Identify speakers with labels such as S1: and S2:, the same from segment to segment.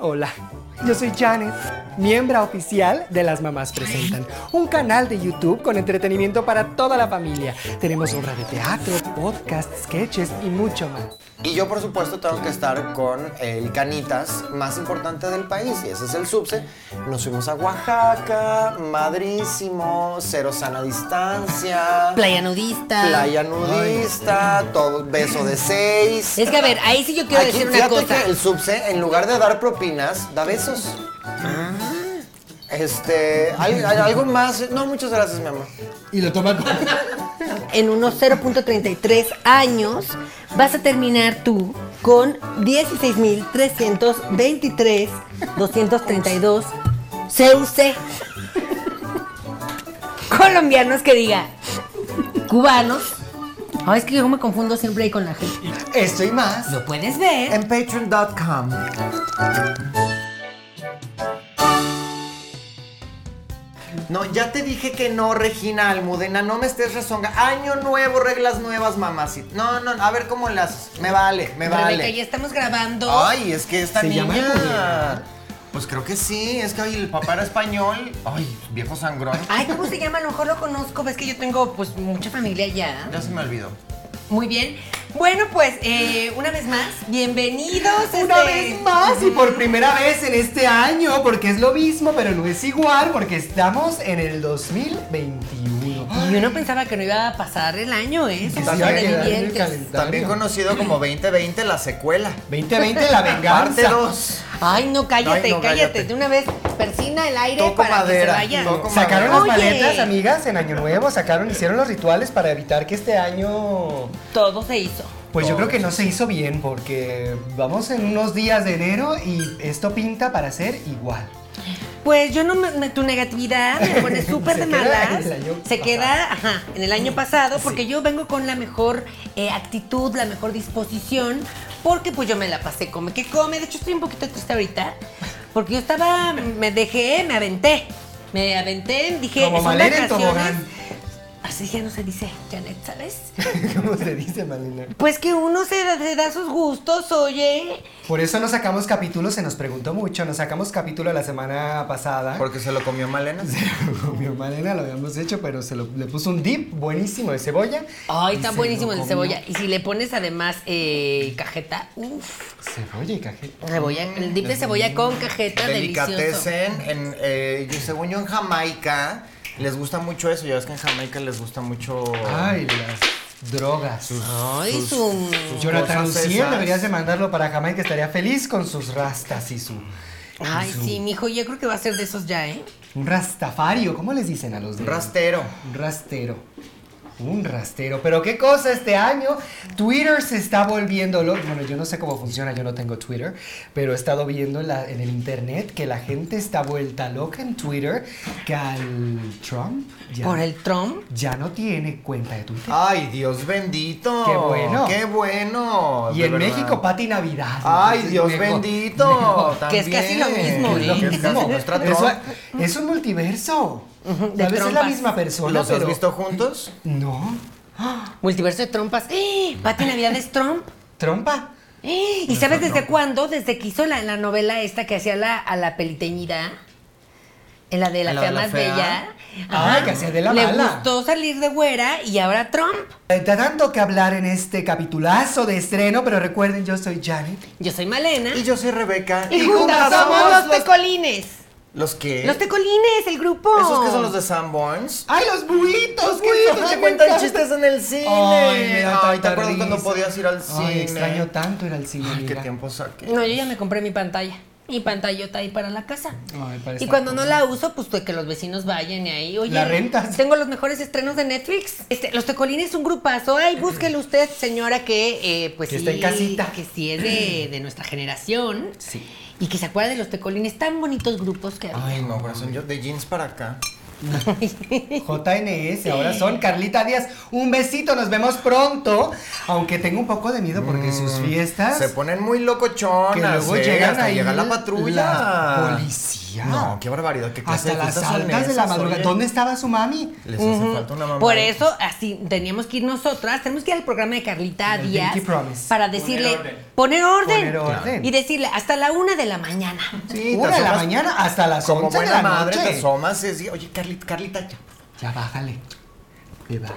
S1: Hola, yo soy Janet, miembro oficial de Las Mamás Presentan, un canal de YouTube con entretenimiento para toda la familia. Tenemos obra de teatro, podcast, sketches y mucho más.
S2: Y yo, por supuesto, tengo que estar con el Canitas más importante del país, y ese es el Subse. Nos fuimos a Oaxaca, madrísimo, cero sana distancia,
S3: Playa nudista.
S2: playa nudista, todo beso de seis.
S3: Es que a ver, ahí sí yo quiero
S2: Aquí,
S3: decir una
S2: fíjate
S3: cosa.
S2: que el Subse, en lugar de dar propinas, da besos.
S3: Ah.
S2: Este, ¿al- al- algo más. No, muchas gracias, mi amor.
S4: Y lo toma con...
S3: En unos 0.33 años vas a terminar tú con 16.323.232 CUC. Colombianos que diga. Cubanos. Ay, es que yo me confundo siempre ahí con la gente.
S2: Esto y más.
S3: Lo puedes ver.
S2: En patreon.com. No, ya te dije que no, Regina Almudena, no me estés rezonga. Año nuevo, reglas nuevas, mamacita. No, no, a ver cómo las. Me vale, me vale.
S3: Rebeca, ya estamos grabando.
S2: Ay, es que esta
S1: ¿Se
S2: niña.
S1: llama Almudena?
S2: Pues creo que sí, es que ay, el papá era español. Ay, viejo sangrón.
S3: Ay, ¿cómo se llama? A lo mejor lo conozco. Ves que yo tengo pues mucha familia allá.
S2: Ya se me olvidó.
S3: Muy bien. Bueno, pues eh, una vez más, bienvenidos.
S1: Una
S3: este-
S1: vez más y por primera vez en este año, porque es lo mismo, pero no es igual, porque estamos en el 2021.
S3: Y uno pensaba que no iba a pasar el año, ¿eh?
S1: Que
S3: Somos
S1: se iba a quedar en el
S3: sobrevivientes.
S1: calendario.
S2: También conocido como 2020, la secuela.
S1: 2020 la
S2: Parte
S1: venganza.
S2: 2.
S3: Ay, no, cállate,
S2: Ay, no,
S3: cállate.
S2: cállate.
S3: De una vez, persina el aire
S2: Toco
S3: para
S2: madera,
S3: que se vaya.
S2: toco
S1: Sacaron las
S3: Oye.
S1: maletas, amigas, en Año Nuevo, sacaron, hicieron los rituales para evitar que este año
S3: Todo se hizo.
S1: Pues yo creo que no se hizo bien porque vamos en unos días de enero y esto pinta para ser igual.
S3: Pues yo no me, me- tu negatividad me pone súper
S1: Se
S3: de
S1: queda
S3: malas.
S1: en el año
S3: se queda ajá, en el año pasado porque yo vengo con la mejor eh, actitud, la mejor disposición, porque pues yo me la pasé come que come. De hecho estoy un poquito triste ahorita porque yo estaba, me dejé, me aventé, me aventé, dije,
S1: Como
S3: son
S1: Malena en
S3: vacaciones.
S1: tobogán.
S3: Así ya no se dice, Janet, ¿sabes?
S1: ¿Cómo se dice, Malena?
S3: Pues que uno se da, se da sus gustos, oye.
S1: Por eso no sacamos capítulo, se nos preguntó mucho. No sacamos capítulo la semana pasada.
S2: Porque se lo comió Malena.
S1: Con mi Malena lo habíamos hecho, pero se lo- le puso un dip buenísimo de cebolla.
S3: Ay,
S1: Y
S3: está
S1: se
S3: buenísimo
S1: lo
S3: el
S1: comió.
S3: cebolla. Y si le pones además eh, cajeta, uff.
S1: Cebolla y cajeta.
S3: Cebolla, el dip de cebolla con cajeta, delicioso.
S2: Delicatessen, en, eh, yo- según yo en Jamaica, les gusta mucho eso, ya ves que en Jamaica les gusta mucho...
S1: Ay, las drogas.
S3: Ay, su...
S2: sus
S1: Jonathan
S2: cosas
S1: Lucien,
S2: esas.
S1: deberías de mandarlo para Jamaica, estaría feliz con sus rastas y su...
S3: Ay, sí, mijo, yo creo que va a ser de esos ya, ¿eh?
S1: Un rastafario, ¿cómo les dicen a los de...
S2: Un Rastero.
S1: Un rastero. Un rastero. Pero qué cosa este año. Twitter se está volviendo loco. Bueno, yo no sé cómo funciona, yo no tengo Twitter. Pero he estado viendo en, la- en el internet que la gente está vuelta loca en Twitter. Que al Trump ya,
S3: Por el Trump.
S1: ya no tiene cuenta de Twitter.
S2: Ay, Dios bendito.
S1: Qué bueno.
S2: Qué bueno.
S1: y
S2: Ah, de
S1: en
S2: verdad.
S1: México, Pati Navidad.
S2: Ay,
S1: Entonces,
S2: Dios
S1: mejor-
S2: bendito.
S3: Que es casi lo
S2: también.
S3: mismo,
S1: Es lo
S3: ¿eh?
S2: Que es casi
S1: mismo.
S2: nuestra
S1: Eso-
S2: Trump.
S1: es un multiverso.
S3: de
S1: a veces es la
S3: trompas.
S1: misma persona.
S2: ¿Los has
S1: pero-
S2: visto juntos?
S1: No.
S3: Multiverso de trompas. ¡Eh! Pati Navidad es Trump.
S1: Trompa.
S3: ¡Eh! ¿Y sabes desde cuándo? Desde que hizo la, la novela esta que hacía la, a la peliteñida. En la de la
S2: ¿La
S3: fea
S2: de la
S3: más
S2: fea?
S3: bella.
S1: Ah,
S3: Ajá.
S1: que hacía de la
S3: Le
S1: mala.
S3: gustó salir de güera y ahora Trump.
S1: Está tanto Eh, que hablar en este capitulazo de estreno, pero recuerden, yo soy Janet.
S3: Yo soy Malena.
S2: Y yo soy Rebeca.
S3: Y juntas somos los tecolines.
S2: ¿Los qué?
S3: Los tecolines, el grupo.
S2: Eh. ¿Esos que son los de Sanborns?
S1: ¡Ay, los buitos! ¡Qué
S2: Uy, te cuentan chistes en el cine.
S1: Ay, me da
S2: Ay, ¿te
S1: tanta
S2: acuerdas cuando
S1: risa.
S2: podías ir al cine?
S1: Ay, extraño tanto ir al cine,
S2: Ay, qué
S1: amiga.
S2: tiempo saqué.
S3: No, yo ya me compré mi pantalla. Mi pantallota ahí para la casa.
S1: Ay, para
S3: y
S1: estar
S3: cuando no
S1: cómoda.
S3: la uso, pues que los vecinos vayan y ahí. Oye,
S1: La rentas.
S3: Tengo los mejores estrenos de Netflix. Este, los tecolines, un grupazo. Ay, búsquelo usted, señora, que eh, pues
S1: Que
S3: sí,
S1: está en casita.
S3: Que sí es de, de nuestra generación.
S1: Sí.
S3: Y que se acuerde de los tecolines, tan bonitos grupos que había.
S2: Ay, no, corazón, yo de jeans para acá.
S1: JNS, ahora son Carlita Díaz. Un besito, nos vemos pronto. Aunque tengo un poco de miedo porque sus fiestas.
S2: Mm. Se ponen muy
S1: que
S2: locochonas.
S1: luego
S2: ¿eh?
S1: llegan
S2: Hasta
S1: ahí
S2: llega la patrulla.
S1: la policía.
S2: No, qué barbaridad. ¿Qué clase
S1: Hasta las
S2: fiestas son
S1: altas de la
S2: esas,
S1: madrugada.
S2: oye?
S1: ¿Dónde estaba su mami?
S2: Les hace falta una mamá.
S3: Por
S2: ahí.
S3: eso, así teníamos que ir nosotras, tenemos que ir al programa de Carlita
S1: El
S3: Díaz
S1: Pinky Promise.
S3: para decirle,
S4: orden.
S3: poner orden,
S1: Poner orden.
S3: y decirle hasta la una de la mañana.
S2: Sí, te
S1: Una de la
S2: asomas
S1: mañana hasta las
S2: Como
S1: 11 de
S2: buena
S1: la
S2: madre te
S1: noche.
S2: asomas y decís, oye, Carlita, Carlita, ya.
S1: Ya bájale. Viva.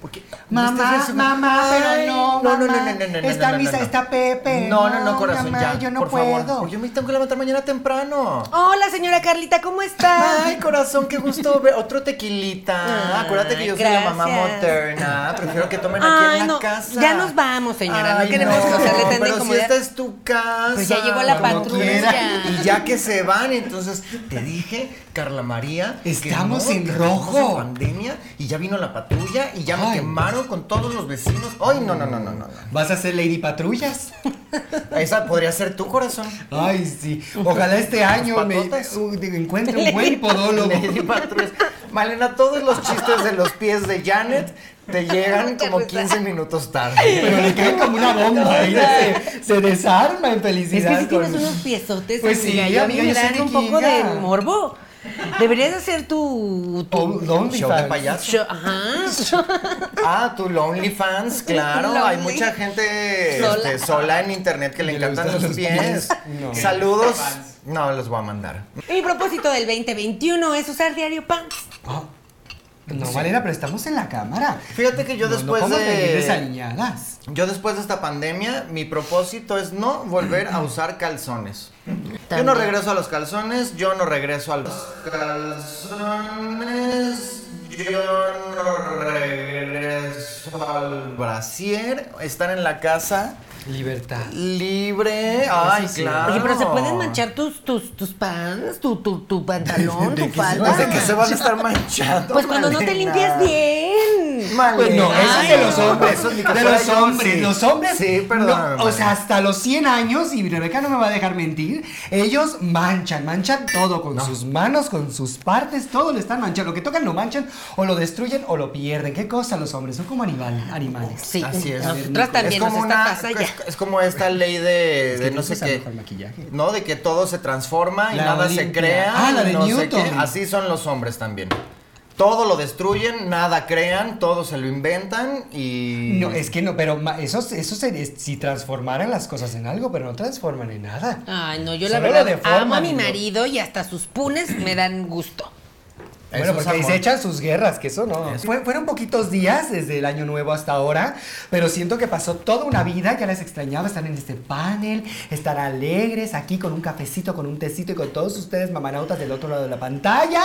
S2: Porque
S1: Mamá, mamá, pero no,
S2: no,
S1: mamá.
S2: no, no, no, no, no,
S1: Está
S2: no, no,
S1: misa,
S2: no.
S1: está Pepe.
S2: No, no, no, corazón,
S1: mamá,
S2: ya.
S1: Yo no
S2: por
S1: puedo.
S2: favor, porque yo me tengo que levantar mañana temprano.
S3: Hola, señora Carlita, ¿cómo está?
S2: Ay, corazón, qué gusto ver otro tequilita.
S3: Ay,
S2: Acuérdate que yo soy la mamá
S3: Ah, gracias.
S2: moderna. Prefiero que tomen aquí
S3: Ay,
S2: en la
S3: no,
S2: casa.
S3: ya nos vamos, señora, no
S2: Ay,
S3: queremos causarle tanta
S2: Pero si
S3: incomodidad.
S2: esta es tu casa.
S3: Pues ya llegó la
S2: cuando
S1: patrulla.
S2: quiera. Y ya que se van, entonces te dije, Carla María, que
S1: Estamos
S2: no,
S1: en
S2: que
S1: rojo.
S2: estamos en pandemia y ya vino la patrulla y ya me
S1: Ay.
S2: quemaron con todos los vecinos. Ay, no, no, no, no, no.
S1: ¿Vas a ser Lady Patrullas?
S2: no. Esa podría ser tu corazón.
S1: Ay, sí. Ojalá este año me
S2: patotas.
S1: uh, digo, encuentre un buen podólogo.
S2: Lady Patrullas. Malena, todos los chistes de los pies de Janet te llegan como 15 minutos tarde.
S1: Pero le cae como una bomba. ella se, se desarma en
S3: Es
S1: felicidad.
S3: que si tienes
S1: con-
S3: unos piezotes,
S1: Pues sí,
S3: yo a mí
S1: amiga,
S3: me
S1: yo soy
S3: dan un poco de
S1: vikinga.
S3: morbo. Deberías hacer tu... tu
S1: Oh, lonely
S2: Show de
S1: fans.
S2: payaso.
S3: show- ajá.
S2: Ah, tu Lonely Fans, claro.
S3: Lonely.
S2: Hay mucha gente
S3: Sola.
S2: este, sola. en internet que le
S1: Y le
S2: encantan
S1: gustan
S2: los
S1: los
S2: pies.
S1: pies. No.
S2: Saludos.
S4: Fans.
S2: No, los voy a mandar.
S3: Mi propósito del 2021 es usar diario pants.
S1: Ah, no, Valera, pero estamos en la cámara.
S2: Fíjate que yo
S1: No,
S2: después
S1: no podemos venir
S2: de.
S1: desaliñadas.
S2: Yo después de esta pandemia, mi propósito es no volver a usar calzones. Yo no
S3: También.
S2: regreso a los calzones, yo no regreso a los calzones, yo no regreso al brasier, estar en la casa
S1: Libertad.
S2: libre. Ay,
S1: sí.
S2: claro.
S3: Oye, pero se pueden manchar tus, tus, tus pants, tu, tu, tu pantalón,
S1: ¿De
S3: tu
S1: qué se-
S3: falda.
S2: No sé qué se van a estar manchando.
S3: Pues cuando no te
S2: Malena.
S3: limpias bien.
S1: Pues
S2: Malena.
S1: no, eso es
S3: Ay,
S1: de los
S3: no.
S1: hombres.
S2: Eso ni que
S1: de
S2: fuera
S1: los
S2: yo,
S1: hombres.
S2: sí.
S1: Los hombres.
S2: Sí, perdóname,
S1: no, o sea,
S2: Malena.
S1: hasta los 100 años, y Rebeca no me va a dejar mentir, ellos manchan, manchan todo con sus manos, con sus partes, todo lo están manchando. Lo que tocan lo manchan, o lo destruyen, o lo pierden. ¿Qué cosa los hombres? Son como animales. animales.
S3: Sí,
S2: Así es.
S3: nosotras también nos está
S2: una-
S3: pasa
S2: es,
S3: ya.
S2: es como esta ley de,
S1: Es
S2: de
S1: que
S2: no
S1: tú
S2: sé
S1: usas
S2: qué.
S1: mejor maquillaje.
S2: No, de que todo se transforma y
S1: La
S2: nada se
S1: Olimpia.
S2: crea.
S1: Ah, la
S2: y
S1: de
S2: no sé
S1: Newton.
S2: qué. Así son los hombres también. Todo lo destruyen, nada crean, todo se lo inventan y.
S1: No, es que no, pero ma- eso, eso sería si transformaran las cosas en algo, pero no transforman en nada.
S3: Ay, no, yo la
S1: Solo
S3: verdad
S1: deforman
S3: amo a mi
S1: y lo-
S3: marido y hasta sus punes me dan gusto.
S1: Bueno,
S2: Eso es
S1: porque ahí
S2: amor.
S1: se echan sus guerras, que eso no. Fue- fueron poquitos días desde el año nuevo hasta ahora, pero siento que pasó toda una vida, ya les extrañaba estar en este panel, estar alegres aquí con un cafecito, con un tecito y con todos ustedes mamanautas del otro lado de la pantalla.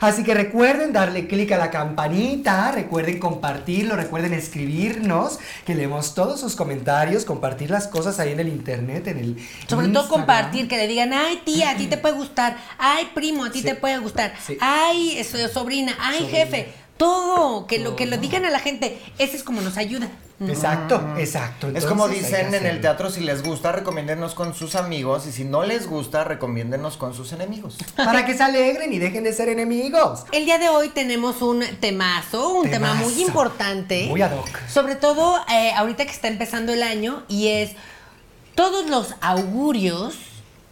S1: Así que recuerden darle clic a la campanita, recuerden compartirlo, recuerden escribirnos, que leemos todos sus comentarios, compartir las cosas ahí en el internet, en el
S3: Sobre todo
S1: Instagram.
S3: compartir, que le digan, ay tía, a ti te puede gustar, ay primo, a ti
S1: Sí.
S3: te puede gustar,
S1: Sí.
S3: ay so- sobrina, ay jefe, todo, que lo que lo digan a la gente, ese es como nos ayuda.
S1: Exacto, exacto.
S2: Mm. es como
S1: Entonces, hay que
S2: dicen en el
S1: hacerlo.
S2: teatro, si les gusta, recomiéndenos con sus amigos y si no les gusta, recomiéndenos con sus enemigos.
S1: Para que se alegren y dejen de ser enemigos.
S3: El día de hoy tenemos un temazo, un tema
S1: Temazo.
S3: muy importante.
S1: Muy ad hoc.
S3: Sobre todo eh, ahorita que está empezando el año y es todos los augurios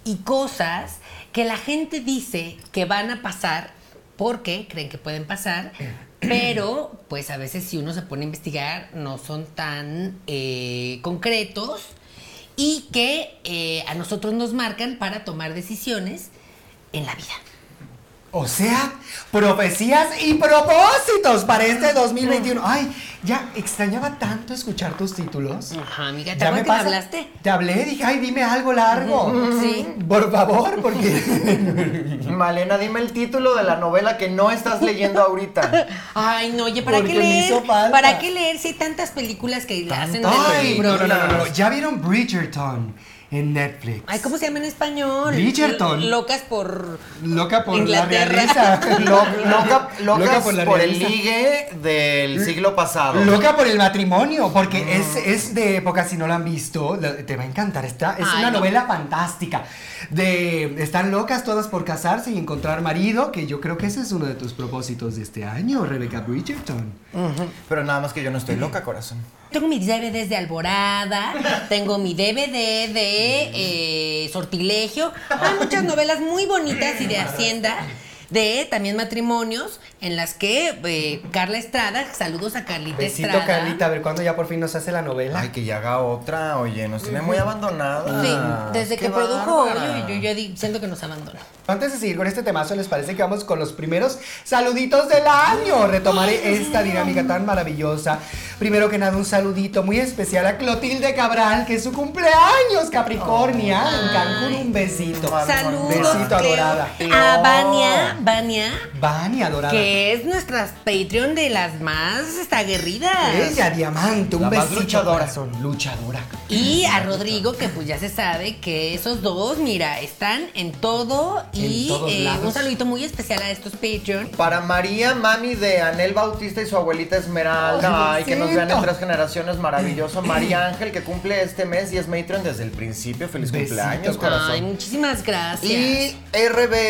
S3: y cosas que la gente dice que van a pasar porque creen que pueden pasar, pero pues a veces si uno se pone a investigar no son tan eh, concretos y que eh, a nosotros nos marcan para tomar decisiones en la vida.
S1: O sea, profecías y propósitos para este 2021. Ay, ya extrañaba tanto escuchar tus títulos.
S3: Ajá, amiga, ¿te
S1: Ya
S3: acuerdas
S1: me
S3: que me
S1: pasa-
S3: hablaste?
S1: Te hablé, dije, ay, dime algo largo.
S3: Ujú, sí.
S1: Por favor, porque.
S2: Malena, dime el título de la novela que no estás leyendo ahorita.
S3: Ay, no, oye, ¿para qué
S1: Porque me
S3: leer?
S1: hizo falta.
S3: ¿Para qué leer si hay tantas películas que hacen de los
S1: Ay,
S3: libros?
S1: no, no, no, no. Ya vieron Bridgerton. en Netflix.
S3: Ay, ¿cómo se llama en español?
S1: Bridgerton.
S3: L- Locas por.
S1: Loca por
S3: Inglaterra.
S1: la realeza.
S2: Lo- loca, locas
S1: Loca
S2: por,
S1: por la
S2: el
S1: realeza.
S2: ligue del siglo pasado.
S1: Loca por el matrimonio, porque es, es de época, si no lo han visto, lo- te va a encantar. Está, es
S3: Ay,
S1: una
S3: no.
S1: novela fantástica. De, están locas todas por casarse y encontrar marido, que yo creo que ese es uno de tus propósitos de este año, Rebecca Bridgerton.
S2: Pero nada más que yo no estoy loca, corazón.
S3: Tengo mis DVDs de Alborada, tengo mi DVD de eh, Sortilegio. Hay muchas novelas muy bonitas y de Hacienda, de también matrimonios, en las que eh, Carla Estrada, saludos a Carlita
S1: Besito,
S3: Estrada.
S1: Carlita, a ver cuándo ya por fin nos hace la novela.
S2: Ay, que ya haga otra, oye, nos tiene muy abandonada.
S3: Sí,
S1: Ah,
S3: desde que
S2: Qué
S3: produjo
S2: bárbara.
S3: Hoyo, yo, yo di- siento que nos abandonó.
S1: Antes de seguir con este temazo, ¿les parece que vamos con los primeros saluditos del año? Retomaré esta dinámica tan maravillosa. Primero que nada, un saludito muy especial a Clotilde Cabral, que es su cumpleaños, Capricornia, en Cancún. Un besito.
S2: Ay,
S3: Saludos,
S1: Besito
S3: Cleo,
S1: adorada.
S3: a Vania, Vania,
S1: Vania adorada.
S3: que es nuestra Patreon de las más aguerridas.
S1: Ella, diamante, un
S2: La más
S1: besito.
S2: luchadora.
S1: corazón, luchadora.
S3: Y a Rodrigo, que pues ya se sabe que esos dos, mira, están en todo.
S1: En
S3: Y
S1: todos
S3: eh,
S1: lados.
S3: un saludito muy especial a estos Patreon.
S2: Para María, mami de Anel Bautista y su abuelita Esmeralda, ay, que nos vean en tres generaciones, maravilloso. María Ángel, que cumple este mes y es matron desde el principio. Feliz
S1: Besito,
S2: cumpleaños, corazón.
S3: Ay, muchísimas gracias.
S2: Y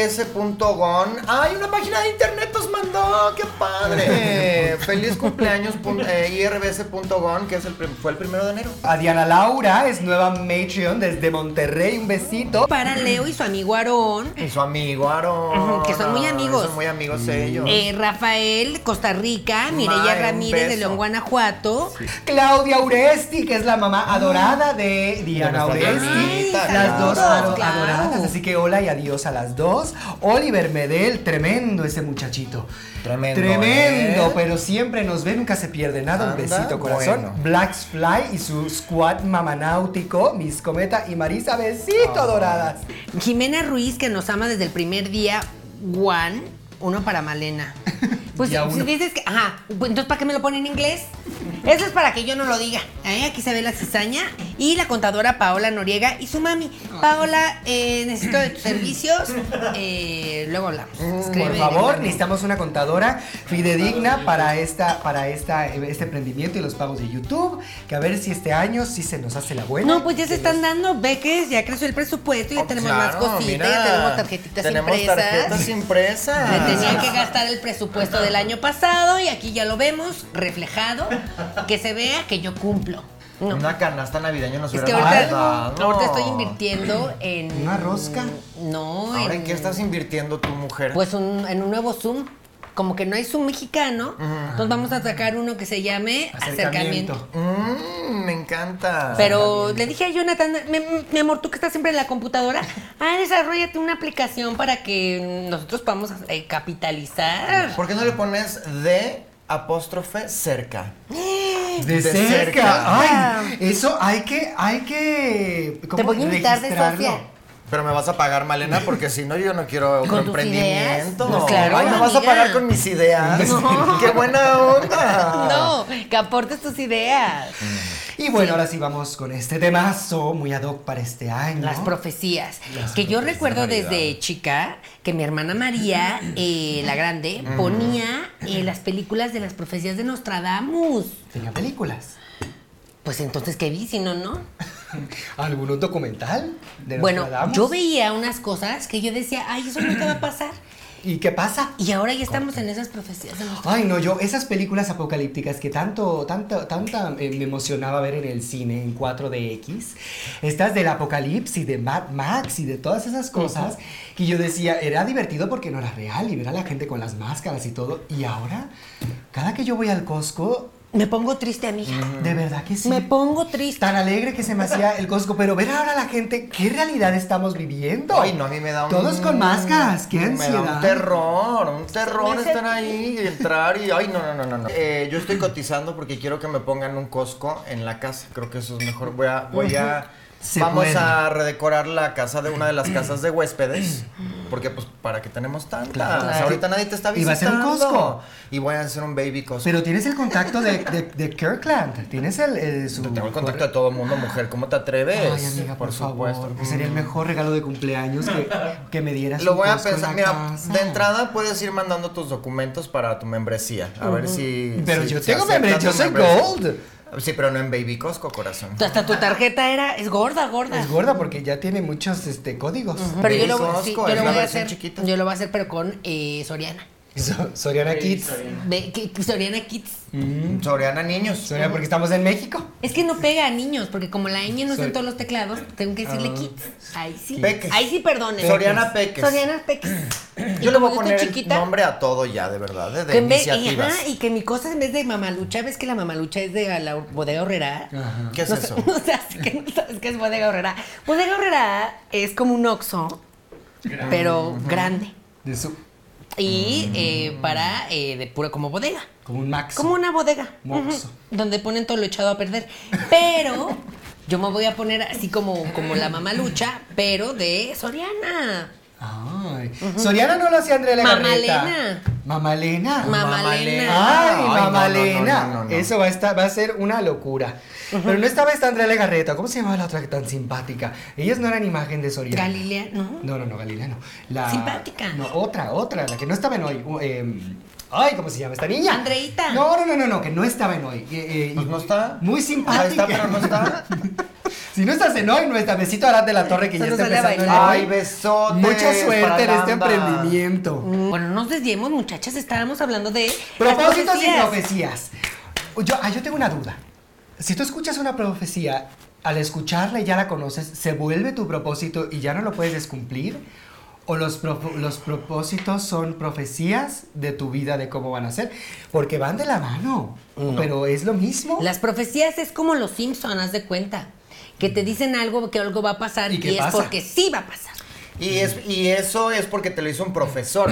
S2: rbs.gon. ¡Ay, una página de internet nos mandó! ¡Qué padre! Feliz cumpleaños pun- eh, irbs.gon, que es el prim- fue el primero de enero.
S1: A Diana Laura es nueva Matreon desde Monterrey. Un besito.
S3: Para Leo y su amigo Aarón.
S2: Y su amigo Aaron.
S3: Ujú, que son muy
S2: Ay,
S3: amigos.
S2: Son muy amigos ellos.
S3: eh, Rafael, Costa Rica.
S2: May,
S3: Mireya
S2: un
S3: Ramírez de
S2: beso.
S3: León, Guanajuato.
S1: Claudia Uresti, que es la mamá adorada de Diana
S2: Ah. nuestra
S1: Uresti.
S2: Dianita,
S1: las
S2: claro.
S1: dos ado-
S3: Claro.
S1: adoradas. Así que hola y adiós a las dos. Oliver Medel, tremendo ese muchachito.
S2: Tremendo,
S1: Tremendo,
S2: ¿eh?
S1: pero siempre nos ve, nunca se pierde nada. Un
S2: Anda,
S1: besito, corazón.
S2: bueno.
S1: Blacks Fly y su squad mamanáutico, Miss Cometa y Marisa, besito
S2: Ah.
S1: adoradas.
S3: Jimena Ruiz, que nos ama desde el primer día, Juan, uno para Malena. Pues
S1: Día
S3: si
S1: uno.
S3: dices que, ajá, pues, entonces ¿para qué me lo pone en inglés? Eso es para que yo no lo diga. ¿eh? Aquí se ve la cizaña. Y la contadora Paola Noriega y su mami. Paola, eh, necesito de tus servicios. Eh, luego hablamos.
S2: Oh,
S1: Por
S3: Escríbeme
S1: favor,
S3: directamente.
S1: necesitamos una contadora fidedigna para esta, para esta, este emprendimiento y los pagos de YouTube. Que a ver si este año sí se nos hace la buena.
S3: No, pues ya se están dando beques, ya creció el presupuesto, ya
S2: Oh,
S3: tenemos
S2: claro,
S3: más cositas,
S2: mira,
S3: ya tenemos tarjetitas
S2: tenemos
S3: impresas.
S2: tarjetas impresas.
S3: Me tenían que gastar el presupuesto del año pasado y aquí ya lo vemos reflejado, que se vea que yo cumplo. No.
S2: Una canasta navideña nos
S3: Es
S2: hubiera
S3: que ahorita,
S2: dado.
S3: ahorita estoy invirtiendo en...
S1: ¿Una rosca?
S3: No,
S2: ¿Ahora
S3: en,
S2: en qué estás invirtiendo tu mujer?
S3: pues un- en un nuevo Zoom. Como que no hay Zoom mexicano, entonces vamos a sacar uno que se llame acercamiento.
S2: Mm, me encanta.
S3: Pero le dije a Jonathan, mi, mi amor, tú que estás siempre en la computadora, ah, desarrollate una aplicación para que nosotros podamos eh, capitalizar.
S2: ¿Por qué no le pones de apóstrofe cerca?
S1: De,
S2: De
S1: cerca.
S2: cerca.
S1: Ay, eso hay que, hay que.
S3: Te voy a invitar de
S1: registrarlo?
S3: Sofía.
S2: Pero me vas a pagar, Malena, porque si no, yo no quiero otro
S3: ¿Con tus
S2: emprendimiento.
S3: ideas? Pues claro,
S2: Ay, me vas a
S3: amiga.
S2: pagar con mis ideas.
S3: No.
S2: ¡Qué buena onda!
S3: No, que aportes tus ideas.
S1: Y bueno, ahora sí vamos con este temazo muy ad hoc para este año.
S3: Las profecías. que yo recuerdo desde chica que mi hermana María, eh, la grande, ponía eh, las películas de las profecías de Nostradamus.
S1: Tenía películas.
S3: Pues entonces, ¿qué vi si no, no?
S1: ¿Algún documental? De
S3: Bueno,
S1: Nostradamus?
S3: yo veía unas cosas que yo decía, ay, eso nunca va a pasar.
S1: ¿Y qué pasa?
S3: Y ahora ya estamos en esas profecías de Nostradamus.
S1: Ay, no, yo, esas películas apocalípticas que tanto, tanto, tanta eh, me emocionaba ver en el cine, en 4DX, estas del apocalipsis, de Mad Max y de todas esas cosas, que yo decía, era divertido porque no era real y ver a la gente con las máscaras y todo. Y ahora, cada que yo voy al Costco,
S3: Me pongo triste, amiga.
S2: Mm.
S1: de verdad que sí.
S3: Me pongo triste.
S1: Tan alegre que se me hacía el Costco, pero ver ahora a la gente, ¿qué realidad estamos viviendo?
S2: Ay, no, a mí me da un...
S1: Todos con máscaras, qué ansiedad.
S2: Me da un terror, un terror
S3: Me hace-
S2: estar ahí y entrar y... Ay, no, no, no, no. no. Eh, yo estoy cotizando porque quiero que me pongan un Costco en la casa. Creo que eso es mejor. Voy a... Voy a
S1: Se
S2: vamos
S1: puede.
S2: a redecorar la casa de una de las casas de huéspedes. Porque, pues, ¿para qué tenemos tantas?
S1: Claro.
S2: O sea, Ahorita nadie te está
S1: Y va a
S2: visitando.
S1: ser un Costco.
S2: Y voy a hacer un baby Costco.
S1: Pero tienes el contacto de, de, de Kirkland. Tienes el, eh, su.
S2: Tengo el contacto de todo el mundo, mujer. ¿Cómo te atreves?
S1: Ay, amiga, por, favor. Que sería el mejor regalo de cumpleaños que, que me dieras.
S2: Lo
S1: un
S2: voy a
S1: Costco en
S2: pensar.
S1: la
S2: Mira,
S1: casa.
S2: de entrada puedes ir mandando tus documentos para tu membresía. A ver si.
S1: Pero
S2: si-
S1: yo
S2: si
S1: tengo
S2: acepta
S1: membresía,
S2: tu
S1: yo soy
S2: membresía.
S1: gold.
S2: Sí, pero no en Baby Costco, corazón.
S3: Hasta tu tarjeta era, es gorda, gorda.
S1: Es gorda porque ya tiene muchos este, códigos.
S3: Pero yo
S2: Baby
S3: lo,
S2: Costco,
S3: sí,
S2: es
S3: yo lo
S2: la
S3: voy a
S2: versión
S3: hacer.
S2: chiquita.
S3: Yo lo voy a hacer, pero con eh, Soriana.
S1: So- Soriana Kids.
S3: Ve- que- que Soriana Kids.
S2: Mm, Soriana Niños.
S1: Soriana porque estamos en México.
S3: Es que no pega a niños, porque como la ñ no está
S1: Soy-
S3: en todos los teclados, tengo que decirle kids. Ahí sí.
S2: Ah. Peques.
S3: Ahí sí, perdonen.
S2: Soriana Peques.
S3: Soriana Peques.
S2: Yo
S3: Y
S2: le
S3: como
S2: voy a
S3: estoy
S2: poner
S3: chiquita,
S2: nombre a todo ya, de verdad, ¿eh? de, de
S3: que en vez- y,
S2: iniciativas.
S3: ajá, y que mi cosa en vez de mamalucha, ¿ves que la mamalucha es de la bodega horrera?
S2: ¿Qué es
S3: no,
S2: eso?
S3: sa- No sabes que no sabes qué es bodega horrera. Bodega horrera es como un oxo, pero grande.
S1: De su,
S3: Y
S2: Mm.
S3: eh, para, eh, de pura como bodega.
S1: como un Max.
S3: Como una bodega.
S1: Moxo.
S3: Ujú, Donde ponen todo lo echado a perder. Pero yo me voy a poner así como, como la mamalucha, pero de Soriana.
S1: Ay. Soriana no lo hacía Andrea Legarreta.
S3: Mamalena.
S1: Mamalena.
S3: Mamalena.
S1: Ay,
S2: Ay, no,
S1: mamalena.
S2: no, no, no, no.
S1: Eso va a, estar, va a ser una locura. Pero no estaba esta Andrea Legarreta. ¿Cómo se llamaba la otra tan simpática? Ellas no eran imagen de Soriana.
S3: Galilea, ¿no?
S1: No, no, no, Galilea no. La,
S3: Simpática.
S1: No, otra, otra, la que no estaba en hoy. u- em, ay, ¿cómo se llama esta niña?
S3: Andreita.
S1: No, no, no, no, no, que no estaba en hoy. Eh, eh,
S2: Pues
S1: y-
S2: no está.
S1: Muy
S2: Ahí
S1: simpática.
S2: está, pero no está.
S1: Si no estás en hoy, no está. Besito a Arad de la Torre que ya
S3: Solo
S1: está
S3: sale a
S1: empezando en
S3: bailar.
S1: hoy.
S2: Ay, besotes
S1: Mucha suerte en
S2: para
S1: este
S2: Landa.
S1: emprendimiento.
S3: Bueno, no nos desviemos, muchachas. Estábamos hablando de. las
S1: Propósitos y
S3: profecías.
S1: profecías. Yo, ah, yo tengo una duda. Si tú escuchas una profecía, al escucharla y ya la conoces, ¿se vuelve tu propósito y ya no lo puedes descumplir? ¿O los, propo- los propósitos son profecías de tu vida, de cómo van a ser? Porque van de la mano, pero es lo mismo.
S3: Las profecías es como los Simpson, haz de cuenta. Que te dicen algo, que algo va a pasar
S1: ¿Y
S3: y,
S1: qué
S3: es
S1: pasa?
S3: porque sí va a pasar.
S2: Y, es, y eso es porque te lo hizo un profesor.